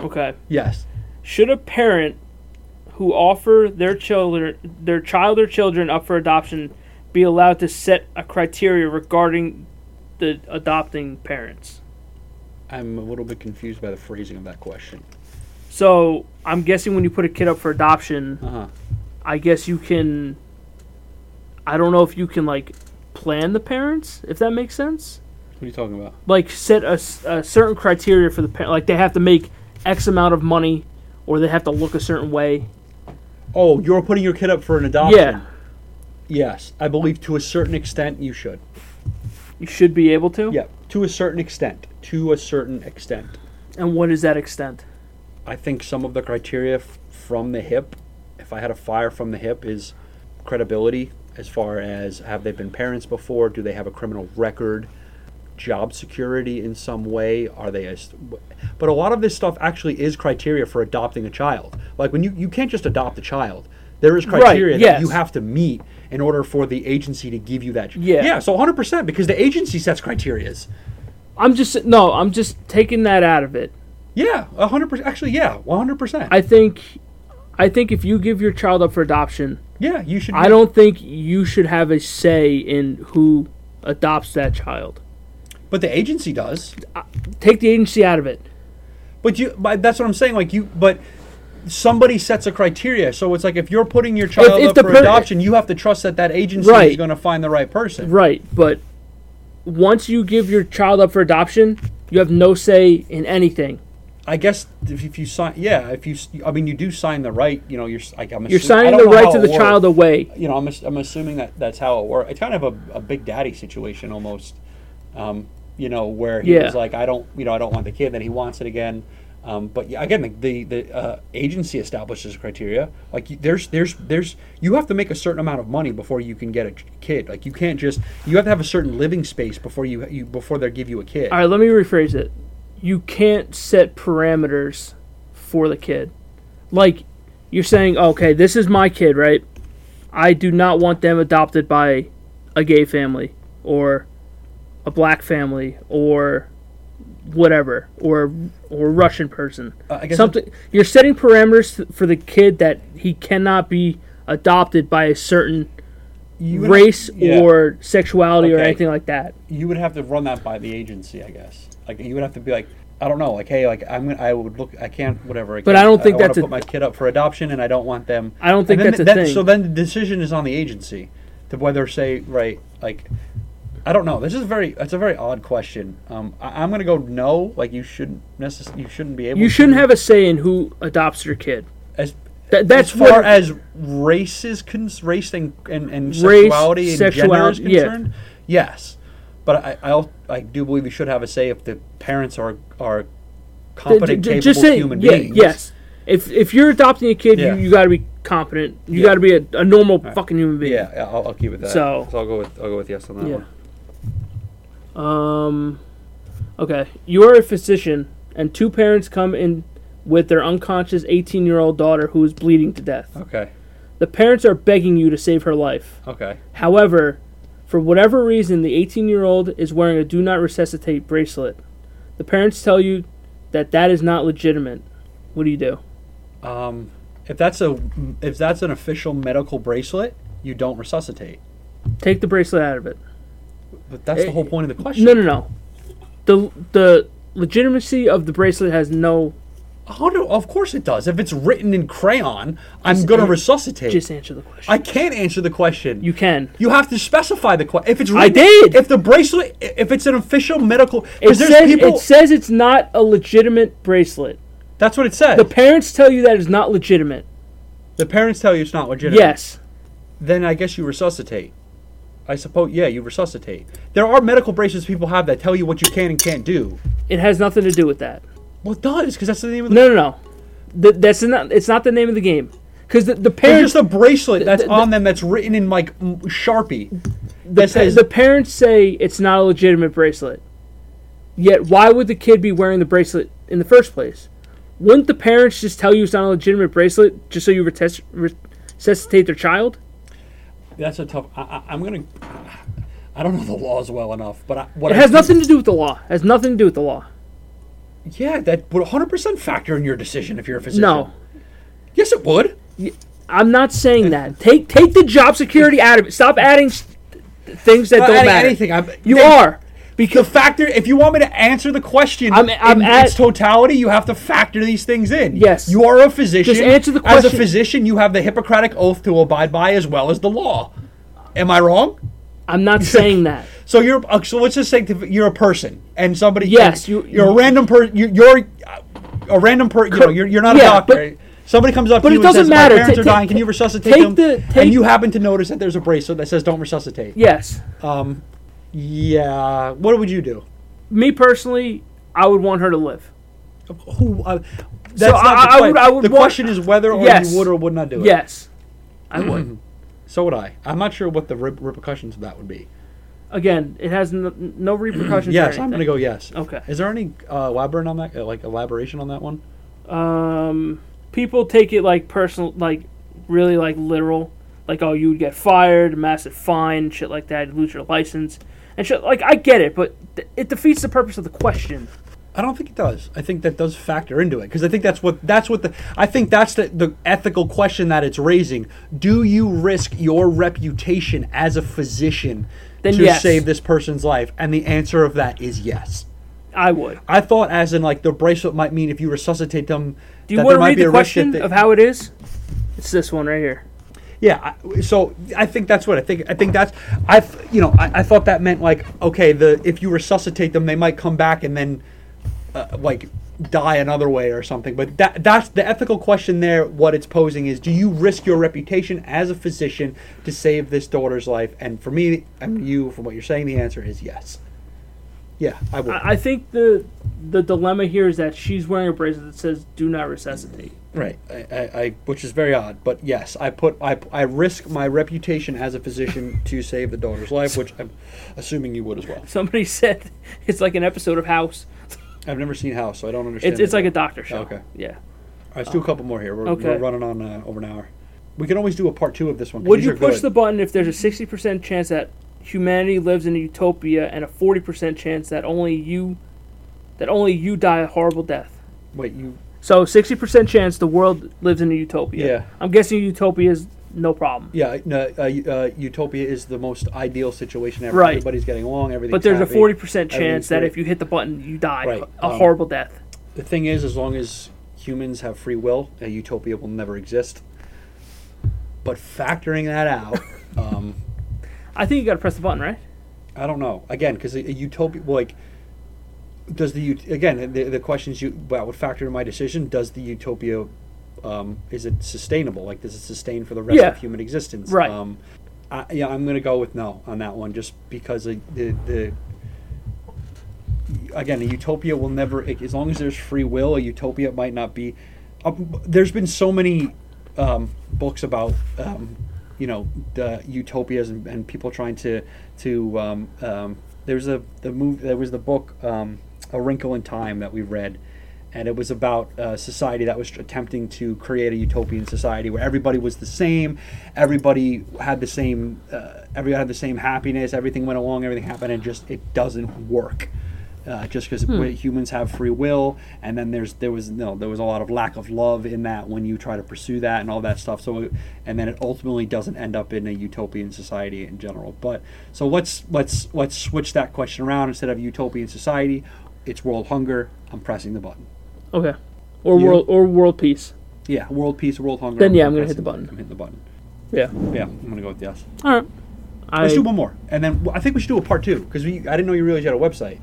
Speaker 2: Okay.
Speaker 1: Yes.
Speaker 2: Should a parent who offer their children their child or children up for adoption be allowed to set a criteria regarding the adopting parents?
Speaker 1: I'm a little bit confused by the phrasing of that question.
Speaker 2: So I'm guessing when you put a kid up for adoption,
Speaker 1: Uh huh.
Speaker 2: I guess you can. I don't know if you can like plan the parents, if that makes sense.
Speaker 1: What are you talking about?
Speaker 2: Like set a, s- a certain criteria for the parent, like they have to make X amount of money, or they have to look a certain way.
Speaker 1: Oh, you're putting your kid up for an adoption.
Speaker 2: Yeah.
Speaker 1: Yes, I believe to a certain extent you should.
Speaker 2: You should be able to.
Speaker 1: Yeah, to a certain extent. To a certain extent.
Speaker 2: And what is that extent?
Speaker 1: I think some of the criteria f- from the hip, if I had a fire from the hip, is credibility as far as have they been parents before? Do they have a criminal record? Job security in some way? Are they a. St- but a lot of this stuff actually is criteria for adopting a child. Like when you, you can't just adopt a child. There is criteria that
Speaker 2: yes.
Speaker 1: you have to meet in order for the agency to give you that. ch-
Speaker 2: Yeah.
Speaker 1: Yeah, so 100% because the agency sets criterias.
Speaker 2: I'm just no, I'm just taking that out of it.
Speaker 1: Yeah, 100%. Actually, yeah, 100%.
Speaker 2: I think I think if you give your child up for adoption,
Speaker 1: yeah, you should.
Speaker 2: I don't think you should have a say in who adopts that child.
Speaker 1: But the agency does.
Speaker 2: Take the agency out of it.
Speaker 1: But you, but that's what I'm saying. Like you, but somebody sets a criteria. So it's like if you're putting your child
Speaker 2: if
Speaker 1: up
Speaker 2: the
Speaker 1: for
Speaker 2: per-
Speaker 1: adoption, you have to trust that that agency is
Speaker 2: Right.
Speaker 1: going to find the right person.
Speaker 2: Right, but once you give your child up for adoption, you have no say in anything.
Speaker 1: I guess if, if you sign, yeah, if you, s- I mean, you do sign the right. You know, you're s- like I'm.
Speaker 2: You're
Speaker 1: assu- I
Speaker 2: signing
Speaker 1: don't
Speaker 2: the
Speaker 1: know
Speaker 2: right
Speaker 1: how
Speaker 2: to
Speaker 1: it
Speaker 2: the
Speaker 1: works.
Speaker 2: child away.
Speaker 1: You know, I'm, ass- I'm assuming that that's how it works. It's kind of a, a big daddy situation almost. Um, you know, where he
Speaker 2: Yeah.
Speaker 1: was like, I don't, you know, I don't want the kid, then he wants it again. Um, but yeah, again, like the the uh, agency establishes criteria. Like you, there's there's there's you have to make a certain amount of money before you can get a ch- kid. Like you can't just you have to have a certain living space before you you before they give you a kid.
Speaker 2: All right, let me rephrase it. You can't set parameters for the kid. Like you're saying, okay, this is my kid, right? I do not want them adopted by a gay family or a black family or whatever or or Russian person.
Speaker 1: Uh, I guess
Speaker 2: Something you're setting parameters th- for the kid that he cannot be adopted by a certain
Speaker 1: You would-
Speaker 2: race
Speaker 1: yeah.
Speaker 2: or sexuality or
Speaker 1: Okay.
Speaker 2: anything like that.
Speaker 1: you would have to run that by the agency, I guess. Like you would have to be like, I don't know, like hey, like I'm gonna, I would look, I can't, whatever. I
Speaker 2: But I
Speaker 1: can't-
Speaker 2: don't think
Speaker 1: I wanna
Speaker 2: that's a-
Speaker 1: put my kid up for adoption, and I don't want them.
Speaker 2: I don't think
Speaker 1: and then
Speaker 2: that's a
Speaker 1: that-
Speaker 2: thing.
Speaker 1: So then the decision is on the agency to whether say right, like I don't know. This is very. That's a very odd question. Um, I, I'm gonna go no. Like you shouldn't necess- You shouldn't be able.
Speaker 2: You shouldn't have a say in who adopts your kid.
Speaker 1: As,
Speaker 2: That, that's
Speaker 1: as far
Speaker 2: what, uh,
Speaker 1: as race is con- race and and, and
Speaker 2: Race,
Speaker 1: sexuality and gender is
Speaker 2: sexuality, yeah.
Speaker 1: concerned, yes. But I, I al- I do believe you should have a say if the parents are are competent,
Speaker 2: J- j-
Speaker 1: capable
Speaker 2: say-
Speaker 1: human
Speaker 2: yeah,
Speaker 1: beings.
Speaker 2: Yes. If if you're adopting a kid,
Speaker 1: Yeah.
Speaker 2: you, you got to be competent. You
Speaker 1: Yeah.
Speaker 2: got to be a, a normal fucking human being.
Speaker 1: Yeah, yeah, I'll, I'll keep it that.
Speaker 2: So-
Speaker 1: I'll go with I'll go with yes on that
Speaker 2: Yeah.
Speaker 1: one.
Speaker 2: Um. Okay. You are a physician, and two parents come in with their unconscious 18-year-old daughter who is bleeding to death.
Speaker 1: Okay.
Speaker 2: The parents are begging you to save her life.
Speaker 1: Okay.
Speaker 2: However, for whatever reason, the 18 year old is wearing a do not resuscitate bracelet. The parents tell you that that is not legitimate. What do you do?
Speaker 1: Um, if that's a if that's an official medical bracelet, you don't resuscitate.
Speaker 2: Take the bracelet out of it.
Speaker 1: But that's the
Speaker 2: Eh,
Speaker 1: whole point of the question.
Speaker 2: No, no, no. The the legitimacy of the bracelet has no.
Speaker 1: How do- of course it does. If it's written in crayon, I'm going to
Speaker 2: an-
Speaker 1: resuscitate.
Speaker 2: Just answer the question.
Speaker 1: I can't answer the question.
Speaker 2: you can.
Speaker 1: You have to specify the question. If it's written,
Speaker 2: I did!
Speaker 1: If the bracelet, i- if it's an official medical,
Speaker 2: It
Speaker 1: because there's
Speaker 2: says,
Speaker 1: people.
Speaker 2: it says it's not a legitimate bracelet.
Speaker 1: that's what it says.
Speaker 2: The
Speaker 1: The,
Speaker 2: parents tell you that is not legitimate.
Speaker 1: parents tell you it's not legitimate.
Speaker 2: Yes.
Speaker 1: Then I guess you resuscitate. I suppose. Yeah, you resuscitate. There are medical bracelets people have that tell you what you can and can't do.
Speaker 2: It has nothing to do with that.
Speaker 1: Well, it does because that's the name of the.
Speaker 2: No, no, no. Th- that's not. It's not the name of the game. Because the, the
Speaker 1: There's
Speaker 2: parents,
Speaker 1: just a bracelet that's
Speaker 2: the-
Speaker 1: on them that's written in like m- Sharpie.
Speaker 2: the,
Speaker 1: That
Speaker 2: pa-
Speaker 1: says
Speaker 2: the parents say it's not a legitimate bracelet. Yet, why would the kid be wearing the bracelet in the first place? Wouldn't the parents just tell you it's not a legitimate bracelet just so you retes- resuscitate their child?
Speaker 1: that's a tough. I, I, I'm gonna. I don't know the laws well enough, but I, what
Speaker 2: It
Speaker 1: I
Speaker 2: has
Speaker 1: do-
Speaker 2: nothing to do with the law. It has nothing to do with the law.
Speaker 1: Yeah, that would 100 percent factor in your decision if you're a physician.
Speaker 2: No,
Speaker 1: Yes, it would.
Speaker 2: I'm not saying that. Take take the job security out of it. Stop adding s- th- things that
Speaker 1: Not
Speaker 2: don't
Speaker 1: adding
Speaker 2: matter.
Speaker 1: anything. I'm,
Speaker 2: You
Speaker 1: then
Speaker 2: are.
Speaker 1: the factor. If you want me to answer the question
Speaker 2: I'm- I'm
Speaker 1: in
Speaker 2: at-
Speaker 1: its totality, you have to factor these things in.
Speaker 2: Yes.
Speaker 1: you are a physician.
Speaker 2: Just answer the
Speaker 1: As a
Speaker 2: question.
Speaker 1: physician, you have the Hippocratic oath to abide by as well as the law. Am I wrong?
Speaker 2: I'm not saying that.
Speaker 1: So you're uh, so let's just say th- you're a person and somebody.
Speaker 2: Yes,
Speaker 1: you,
Speaker 2: you-
Speaker 1: you're a random person. You're, you're uh, a random person. You know, you're, you're not a
Speaker 2: Yeah,
Speaker 1: doctor.
Speaker 2: but-
Speaker 1: right? somebody comes up
Speaker 2: but
Speaker 1: to
Speaker 2: it
Speaker 1: you
Speaker 2: doesn't
Speaker 1: and says,
Speaker 2: matter.
Speaker 1: "My parents
Speaker 2: Ta-
Speaker 1: are
Speaker 2: ta-
Speaker 1: dying. Can you resuscitate
Speaker 2: take
Speaker 1: them?"
Speaker 2: the-
Speaker 1: and
Speaker 2: take-
Speaker 1: you happen to notice that there's a bracelet that says "Don't resuscitate."
Speaker 2: Yes.
Speaker 1: Um, yeah. What would you do?
Speaker 2: Me personally, I would want her to live.
Speaker 1: Who? Uh, that's
Speaker 2: So
Speaker 1: not
Speaker 2: I-
Speaker 1: the
Speaker 2: I
Speaker 1: que-
Speaker 2: would- I would
Speaker 1: the
Speaker 2: want-
Speaker 1: question is whether or
Speaker 2: Yes.
Speaker 1: you would or would not do it.
Speaker 2: Yes. I would.
Speaker 1: So would I. I'm not sure what the re- repercussions of that would be.
Speaker 2: Again, it has no, no repercussions.
Speaker 1: Yes, I'm going to go yes.
Speaker 2: Okay.
Speaker 1: Is there any uh, elaborate on that? uh, Like elaboration on that one?
Speaker 2: go. Um, people take it like personal, like really like literal, like oh you would get fired, massive fine, shit like that, lose your license, and shit. Like I get it, but th- it defeats the purpose of the question.
Speaker 1: I don't think it does. I think that does factor into it because I think that's what that's what the I think that's the, the ethical question that it's raising. Do you risk your reputation as a physician
Speaker 2: Then
Speaker 1: to
Speaker 2: yes.
Speaker 1: save this person's life? And the answer of that is yes.
Speaker 2: I would.
Speaker 1: I thought as in like the bracelet might mean if you resuscitate them
Speaker 2: Do you
Speaker 1: that
Speaker 2: want
Speaker 1: there
Speaker 2: to
Speaker 1: might
Speaker 2: read
Speaker 1: be
Speaker 2: the
Speaker 1: a risk that
Speaker 2: question
Speaker 1: they-
Speaker 2: of how it is? It's this one right here.
Speaker 1: Yeah, I, so I think that's what I think. I think that's I, th- you know, I, I thought that meant like okay, the if you resuscitate them, they might come back and then uh, like die another way or something. But that that's the ethical question there. What it's posing is, do you risk your reputation as a physician to save this daughter's life? And for me and you, from what you're saying, the answer is yes. Yeah, I would.
Speaker 2: I I think the the dilemma here is that she's wearing a bracelet that says "Do not resuscitate."
Speaker 1: Right, I, I, I, which is very odd, but yes, I put I, I risk my reputation as a physician to save the daughter's life, which I'm assuming you would as well.
Speaker 2: Somebody said it's like an episode of House.
Speaker 1: I've never seen House, so I don't understand.
Speaker 2: It's, it's
Speaker 1: that.
Speaker 2: like a doctor show.
Speaker 1: Okay.
Speaker 2: Yeah.
Speaker 1: All right, let's do a couple more here. We're,
Speaker 2: Okay.
Speaker 1: we're running on uh, over an hour. We can always do a part two of this one. 'cause
Speaker 2: Would
Speaker 1: these
Speaker 2: you
Speaker 1: are
Speaker 2: push
Speaker 1: good.
Speaker 2: the button if there's a 60% chance that humanity lives in a utopia and a 40% chance that only you that only you die a horrible death?
Speaker 1: Wait, you.
Speaker 2: So 60% chance the world lives in a utopia.
Speaker 1: Yeah.
Speaker 2: I'm guessing utopia is no problem.
Speaker 1: Yeah, no, uh, u- uh, Utopia is the most ideal situation ever.
Speaker 2: Right.
Speaker 1: Everybody's getting along. Everything's
Speaker 2: But there's
Speaker 1: happy.
Speaker 2: a 40%
Speaker 1: Everything's
Speaker 2: chance that
Speaker 1: great.
Speaker 2: if you hit the button you die
Speaker 1: Right.
Speaker 2: a
Speaker 1: Um,
Speaker 2: horrible death.
Speaker 1: The thing is, as long as humans have free will, a utopia will never exist. But factoring that out, um,
Speaker 2: I think you got to press the button, right?
Speaker 1: I don't know. Again, because a, a utopia, like, does the ut- again the, the questions you that would factor in my decision? Does the utopia, um, is it sustainable? Like, does it sustain for the rest
Speaker 2: Yeah.
Speaker 1: of human existence?
Speaker 2: Right.
Speaker 1: Um, I, yeah, I'm gonna go with no on that one, just because of the the. Again, a utopia will never, as long as there's free will, a utopia might not be. Um, there's been so many um, books about um, you know the utopias and, and people trying to to um, um, there's a the move there was the book um, A Wrinkle in Time that we read, and it was about a society that was attempting to create a utopian society where everybody was the same, everybody had the same uh, everybody had the same happiness, everything went along, everything happened, and just it doesn't work uh, just because
Speaker 2: Hmm.
Speaker 1: humans have free will, and then there's there was no there was a lot of lack of love in that when you try to pursue that and all that stuff. So and then it ultimately doesn't end up in a utopian society in general. But so let's let's let's switch that question around instead of utopian society, it's world hunger. I'm pressing the button.
Speaker 2: Okay. Or
Speaker 1: You?
Speaker 2: world or world peace.
Speaker 1: Yeah, world peace, world hunger.
Speaker 2: Then, yeah, I'm gonna hit
Speaker 1: pressing-
Speaker 2: the button.
Speaker 1: I'm hitting the button.
Speaker 2: Yeah.
Speaker 1: Yeah, I'm gonna go with yes.
Speaker 2: All right. I,
Speaker 1: Let's do one more, and then well, I think we should do a part two because we I didn't know you realized you had a website.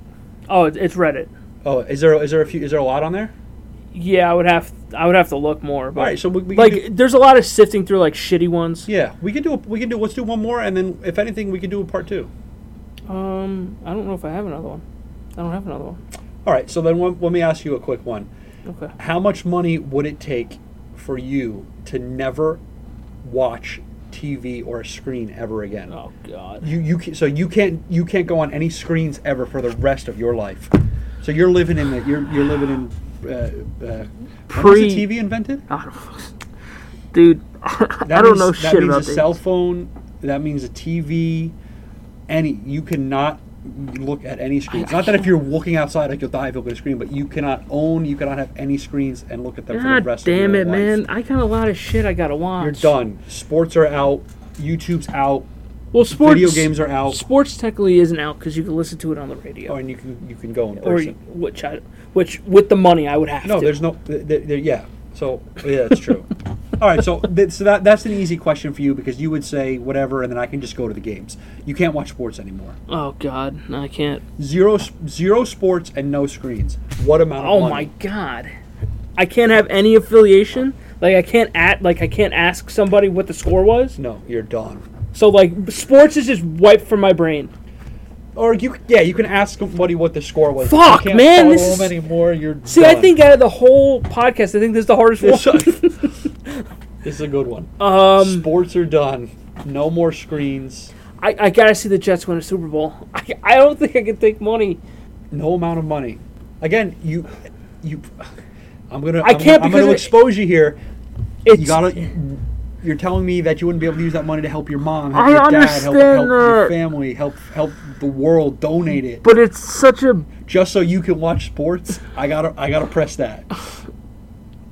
Speaker 2: oh, it- it's Reddit.
Speaker 1: Oh, is there is there a few is there a lot on there?
Speaker 2: Yeah, I would have I would have to look more. But
Speaker 1: All right, so we, we can
Speaker 2: like,
Speaker 1: do-
Speaker 2: there's a lot of sifting through like shitty ones.
Speaker 1: Yeah, we can do. A, we can do. Let's do one more, and then if anything, we can do a part two.
Speaker 2: Um, I don't know if I have another one. I don't have another one.
Speaker 1: All right. So then, one, let me ask you a quick one.
Speaker 2: Okay.
Speaker 1: How much money would it take for you to never watch TV or a screen ever again?
Speaker 2: Oh God.
Speaker 1: You you can, so you can't you can't go on any screens ever for the rest of your life. So you're living in the you're you're living in. Uh, uh, when was
Speaker 2: Pre-
Speaker 1: the TV invented?
Speaker 2: I don't, dude, I don't
Speaker 1: means-
Speaker 2: know
Speaker 1: That
Speaker 2: shit
Speaker 1: means
Speaker 2: about
Speaker 1: a
Speaker 2: this.
Speaker 1: cell phone. That means a TV. Any you cannot look at any screens. Not that if you're walking outside, like you'll die if you look at a screen, but you cannot own. You cannot have any screens and look at them for the
Speaker 2: God
Speaker 1: rest of your
Speaker 2: damn it,
Speaker 1: life.
Speaker 2: man! I got a lot of shit I gotta watch.
Speaker 1: You're done. Sports are out. YouTube's out.
Speaker 2: Well, sports
Speaker 1: Video games are out.
Speaker 2: Sports technically isn't out because you can listen to it on the
Speaker 1: Oh,
Speaker 2: radio,
Speaker 1: and you can you can go in
Speaker 2: or
Speaker 1: person.
Speaker 2: which I, which with the money I would have
Speaker 1: no,
Speaker 2: to.
Speaker 1: there's no. Th- th- th- yeah. So yeah, that's true. All right, so th- so that that's an easy question for you because you would say whatever, and then I can just go to the games. You can't watch sports anymore.
Speaker 2: oh God, I can't.
Speaker 1: Zero, zero sports and no screens. What amount of
Speaker 2: Oh my
Speaker 1: money?
Speaker 2: God, I can't have any affiliation. Like I can't at like I can't ask somebody what the score was.
Speaker 1: No, you're done.
Speaker 2: So like sports is just wiped from my brain.
Speaker 1: Or you, yeah, you can ask somebody what the score was.
Speaker 2: Fuck,
Speaker 1: you can't
Speaker 2: man,
Speaker 1: follow
Speaker 2: this is-
Speaker 1: them anymore. You're
Speaker 2: See, I think out of the whole podcast, I think this is the hardest
Speaker 1: this,
Speaker 2: one.
Speaker 1: this is a good one.
Speaker 2: Um,
Speaker 1: sports are done. No more screens.
Speaker 2: I, I gotta see the Jets win a Super Bowl. I, I don't think I can take money.
Speaker 1: No amount of money. Again, you, you. I'm gonna. I'm Gonna,
Speaker 2: I can't
Speaker 1: I'm
Speaker 2: because
Speaker 1: gonna
Speaker 2: it-
Speaker 1: expose you here.
Speaker 2: It's,
Speaker 1: You gotta. You're telling me that you wouldn't be able to use that money to help your mom, help
Speaker 2: I
Speaker 1: your dad, help, help
Speaker 2: understand
Speaker 1: your
Speaker 2: that.
Speaker 1: family, help help the world, donate it.
Speaker 2: but it's such a.
Speaker 1: just so you can watch sports. I gotta, I gotta press that.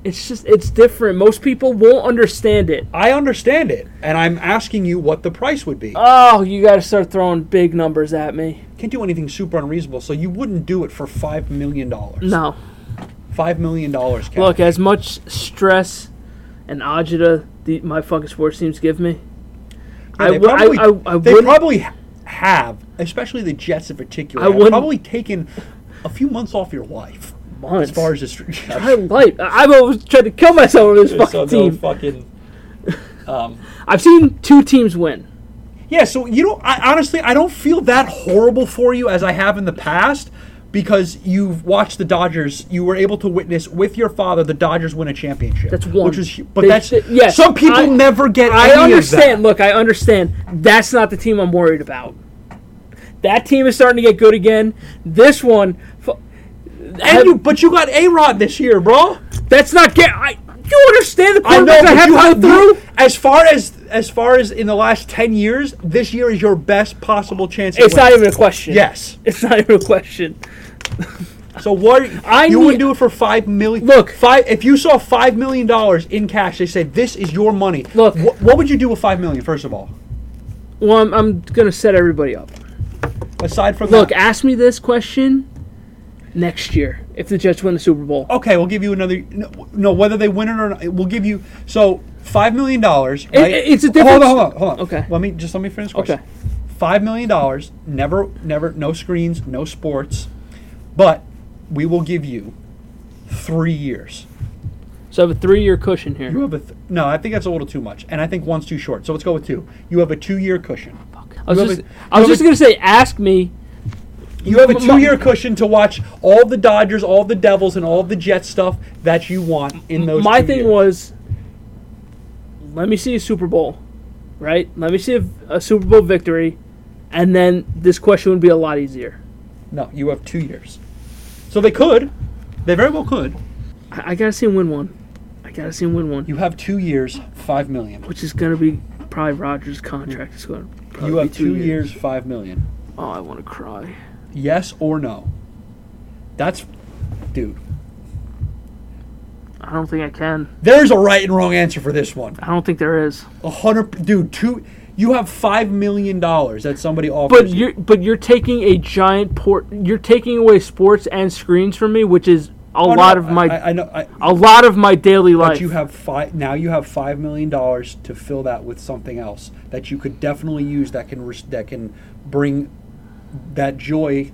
Speaker 2: It's just it's different. Most people won't understand it.
Speaker 1: I understand it, and I'm asking you what the price would be.
Speaker 2: Oh, you gotta start throwing big numbers at me.
Speaker 1: Can't do anything super unreasonable, so you wouldn't do it for five million dollars.
Speaker 2: No,
Speaker 1: five million dollars. Ken.
Speaker 2: look, as much stress and agita the, my fucking sports teams give me,
Speaker 1: Yeah,
Speaker 2: I
Speaker 1: they
Speaker 2: would I,
Speaker 1: probably-
Speaker 2: I, I
Speaker 1: they
Speaker 2: wouldn't.
Speaker 1: probably ha- have, especially the Jets in particular,
Speaker 2: I
Speaker 1: have
Speaker 2: wouldn't-
Speaker 1: probably taken a few months off your life
Speaker 2: Months.
Speaker 1: as far as this.
Speaker 2: I like. I've always tried to kill myself with this
Speaker 1: so
Speaker 2: fucking
Speaker 1: they'll
Speaker 2: team.
Speaker 1: fucking. Um,
Speaker 2: I've seen two teams win.
Speaker 1: Yeah, so you know, I, honestly, I don't feel that horrible for you as I have in the past because you've watched the Dodgers. You were able to witness with your father the Dodgers win a championship.
Speaker 2: That's one.
Speaker 1: Which was, hu- but
Speaker 2: They-
Speaker 1: that's
Speaker 2: they- yes,
Speaker 1: Some people
Speaker 2: I-
Speaker 1: never get.
Speaker 2: I
Speaker 1: any of
Speaker 2: understand.
Speaker 1: that.
Speaker 2: Look, I understand. That's not the team I'm worried about. That team is starting to get good again. This one, fu-
Speaker 1: And you, but you got a Rod this year, bro.
Speaker 2: that's not get. I you understand the quarterbacks I,
Speaker 1: but
Speaker 2: have
Speaker 1: you
Speaker 2: to go
Speaker 1: you-
Speaker 2: through.
Speaker 1: As far as as far as in the last ten years, this year is your best possible chance. to
Speaker 2: It's
Speaker 1: win.
Speaker 2: not even a question.
Speaker 1: Yes.
Speaker 2: it's not even a question.
Speaker 1: So what?
Speaker 2: I
Speaker 1: you
Speaker 2: need-
Speaker 1: wouldn't do it for five million.
Speaker 2: Look.
Speaker 1: five. If you saw five million dollars in cash, they said this is your money.
Speaker 2: Look.
Speaker 1: Wh- what would you do with five million? First of all,
Speaker 2: Well, I'm, I'm gonna set everybody up.
Speaker 1: aside from
Speaker 2: Look,
Speaker 1: that-
Speaker 2: ask me this question next year if the Jets win the Super Bowl.
Speaker 1: okay, we'll give you another. No, no, whether they win it or not, we'll give you so five million dollars.
Speaker 2: It-
Speaker 1: Right?
Speaker 2: it's a
Speaker 1: Hold on,
Speaker 2: difference-
Speaker 1: hold on, hold on.
Speaker 2: Okay.
Speaker 1: Let me just let me finish. the Question.
Speaker 2: Okay.
Speaker 1: five million dollars. Never, never, no screens, no sports, but we will give you three years.
Speaker 2: So I have a three-year cushion here.
Speaker 1: You have a th- no. I think that's a little too much, and I think one's too short. So let's go with two. You have a two-year cushion.
Speaker 2: I was
Speaker 1: you have
Speaker 2: just,
Speaker 1: a-
Speaker 2: I
Speaker 1: you
Speaker 2: was
Speaker 1: have
Speaker 2: just
Speaker 1: a-
Speaker 2: gonna say, ask me.
Speaker 1: You have a
Speaker 2: My-
Speaker 1: two-year cushion to watch all the Dodgers, all the Devils, and all the Jets stuff that you want in those.
Speaker 2: My
Speaker 1: two
Speaker 2: thing
Speaker 1: years.
Speaker 2: was, let me see a Super Bowl, right? Let me see a, a Super Bowl victory, and then this question would be a lot easier.
Speaker 1: no. You have two years, so they could. They very well could.
Speaker 2: I, I gotta see him win one. I gotta see him win one,
Speaker 1: You have two years, five million.
Speaker 2: which is gonna be probably Rogers' contract. It's gonna probably
Speaker 1: You
Speaker 2: be
Speaker 1: have two years, five million.
Speaker 2: Oh, I want to cry.
Speaker 1: Yes or no? That's, dude.
Speaker 2: I don't think I can.
Speaker 1: There's a right and wrong answer for this one.
Speaker 2: I don't think there is.
Speaker 1: A hundred, dude. Two. You have five million dollars that somebody offers.
Speaker 2: But you're but you're taking a giant port. You're taking away sports and screens from me, which is a
Speaker 1: Oh, no,
Speaker 2: lot of my
Speaker 1: I, I know. I,
Speaker 2: a lot of my daily life.
Speaker 1: but you have five. Now you have five million dollars to fill that with something else that you could definitely use. That can res- that can bring that joy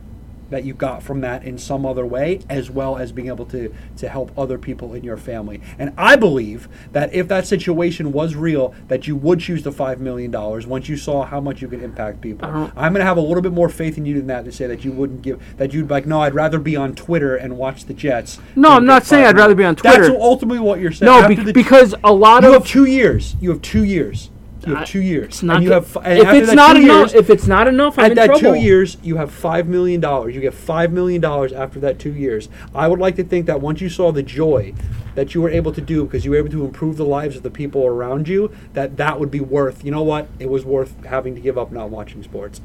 Speaker 1: that you got from that in some other way, as well as being able to to help other people in your family. And I believe that if that situation was real, that you would choose the five million dollars once you saw how much you could impact people.
Speaker 2: I don't-
Speaker 1: I'm gonna have a little bit more faith in you than that to say that you wouldn't give that you'd be like, no, I'd rather be on Twitter and watch the Jets.
Speaker 2: No,
Speaker 1: than
Speaker 2: I'm
Speaker 1: get
Speaker 2: not saying
Speaker 1: five
Speaker 2: I'd rather be
Speaker 1: million."
Speaker 2: on
Speaker 1: That's
Speaker 2: Twitter.
Speaker 1: ultimately what you're saying.
Speaker 2: no,
Speaker 1: After
Speaker 2: be,
Speaker 1: the-
Speaker 2: because a lot
Speaker 1: you
Speaker 2: of
Speaker 1: have two years. You have two years. You have two years.
Speaker 2: It's not
Speaker 1: and you
Speaker 2: good-
Speaker 1: have. fi- and
Speaker 2: if
Speaker 1: after
Speaker 2: it's
Speaker 1: that
Speaker 2: not
Speaker 1: two
Speaker 2: enough,
Speaker 1: years-
Speaker 2: if it's not enough, I'm
Speaker 1: at
Speaker 2: in
Speaker 1: that
Speaker 2: trouble.
Speaker 1: two years, you have five million dollars. You get five million dollars after that two years. I would like to think that once you saw the joy that you were able to do because you were able to improve the lives of the people around you, that that would be worth. You know what? It was worth having to give up not watching sports.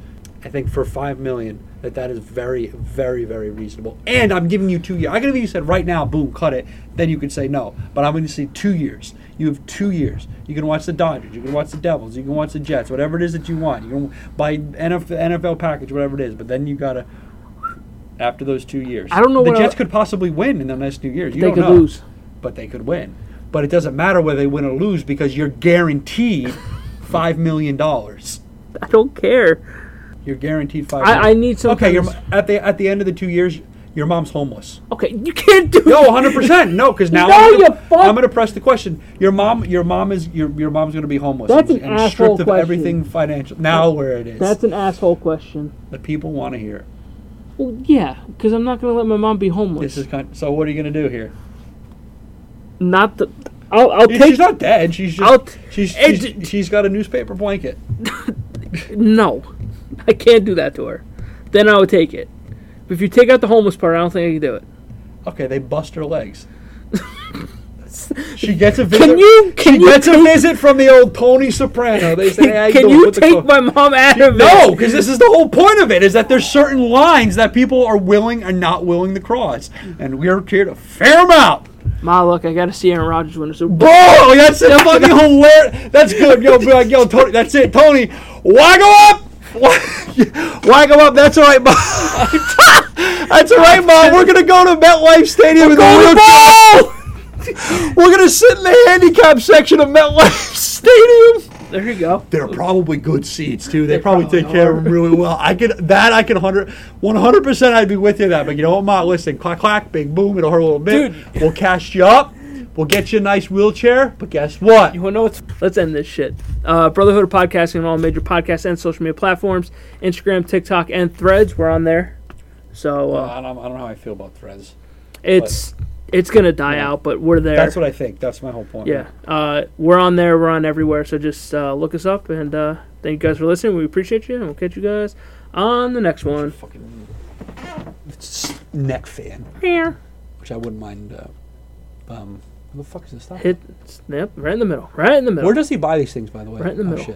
Speaker 1: I think for five million, that that is very, very, very reasonable. And I'm giving you two years. I could have even said right now, boom, cut it. Then you could say no. But I'm going to say two years. You have two years. You can watch the Dodgers. You can watch the Devils. You can watch the Jets. Whatever it is that you want. You can buy NFL, NFL package, whatever it is. But then you gotta after those two years.
Speaker 2: I don't know
Speaker 1: The
Speaker 2: what I-
Speaker 1: Jets could possibly win in the next two years. You
Speaker 2: They
Speaker 1: don't
Speaker 2: could
Speaker 1: know.
Speaker 2: lose.
Speaker 1: but they could win. But it doesn't matter whether they win or lose because you're guaranteed five million dollars.
Speaker 2: I don't care.
Speaker 1: You're guaranteed five.
Speaker 2: I-
Speaker 1: million.
Speaker 2: I need some
Speaker 1: Okay, your
Speaker 2: things-
Speaker 1: m- at the at the end of the two years, your mom's homeless.
Speaker 2: Okay, you can't do.
Speaker 1: No, 100. percent No, because now
Speaker 2: No,
Speaker 1: I'm,
Speaker 2: you
Speaker 1: gonna,
Speaker 2: fuck-
Speaker 1: I'm gonna press the question. Your mom, your mom is your your mom's gonna be homeless.
Speaker 2: That's
Speaker 1: and,
Speaker 2: an
Speaker 1: and
Speaker 2: asshole
Speaker 1: stripped of
Speaker 2: question.
Speaker 1: everything financial. Now where it is,
Speaker 2: That's an asshole question.
Speaker 1: the people want to hear. it.
Speaker 2: Well, yeah, because I'm not gonna let my mom be homeless.
Speaker 1: This is kind. so. What are you gonna do here?
Speaker 2: not the. I'll, I'll
Speaker 1: She's
Speaker 2: take
Speaker 1: not dead. She's
Speaker 2: I'll
Speaker 1: just
Speaker 2: t-
Speaker 1: she's,
Speaker 2: Ed-
Speaker 1: she's she's got a newspaper blanket.
Speaker 2: no. I can't do that to her. Then I would take it. But if you take out the homeless part, I don't think I can do it.
Speaker 1: Okay, they bust her legs. she gets a visit.
Speaker 2: Can you? Can
Speaker 1: she
Speaker 2: you?
Speaker 1: gets a visit from the old Tony Soprano. They say, "Hey,
Speaker 2: Can
Speaker 1: doing?
Speaker 2: you
Speaker 1: Put the
Speaker 2: take
Speaker 1: co-"
Speaker 2: my mom out of it?
Speaker 1: No, because this is the whole point of it: is that there's certain lines that people are willing and not willing to cross, and we're here to fair them out.
Speaker 2: Ma, look, I gotta see Aaron Rodgers win a Super Bowl.
Speaker 1: Bro, that's a fucking hilarious. That's good, yo, be like, yo, Tony. That's it, Tony. Waggle up, waggle up. That's all right, mom. that's all right, mom. We're gonna go to MetLife Stadium and
Speaker 2: going
Speaker 1: We're gonna sit in the handicap section of MetLife Stadium.
Speaker 2: There you go.
Speaker 1: They're probably good seats too. They probably,
Speaker 2: probably
Speaker 1: take care
Speaker 2: are.
Speaker 1: of them really well. I could that I can 100 percent. I'd be with you on that. But you know what, mom? Listen, clack clack, big boom. It'll hurt a little bit.
Speaker 2: Dude.
Speaker 1: We'll cast you up. We'll get you a nice wheelchair. But guess what?
Speaker 2: You want to know what's? Let's end this shit. Uh, Brotherhood of Podcasting on all major podcast and social media platforms Instagram, TikTok, and Threads. We're on there. So uh,
Speaker 1: I don't, I don't know how I feel about threads.
Speaker 2: it's it's going to die out, but we're there.
Speaker 1: That's what I think. That's my whole point.
Speaker 2: yeah. Uh, we're on there. We're on everywhere. So just uh, look us up. And uh, thank you guys for listening. We appreciate you. And we'll catch you guys on the next one.
Speaker 1: Fucking s- neck fan,
Speaker 2: Here.
Speaker 1: which I wouldn't mind. Uh, um, where the fuck is this stuff?
Speaker 2: Hit. Yep. Right in the middle. Right in the middle.
Speaker 1: Where does he buy these things, by the way?
Speaker 2: Right in the
Speaker 1: Oh,
Speaker 2: middle.
Speaker 1: shit.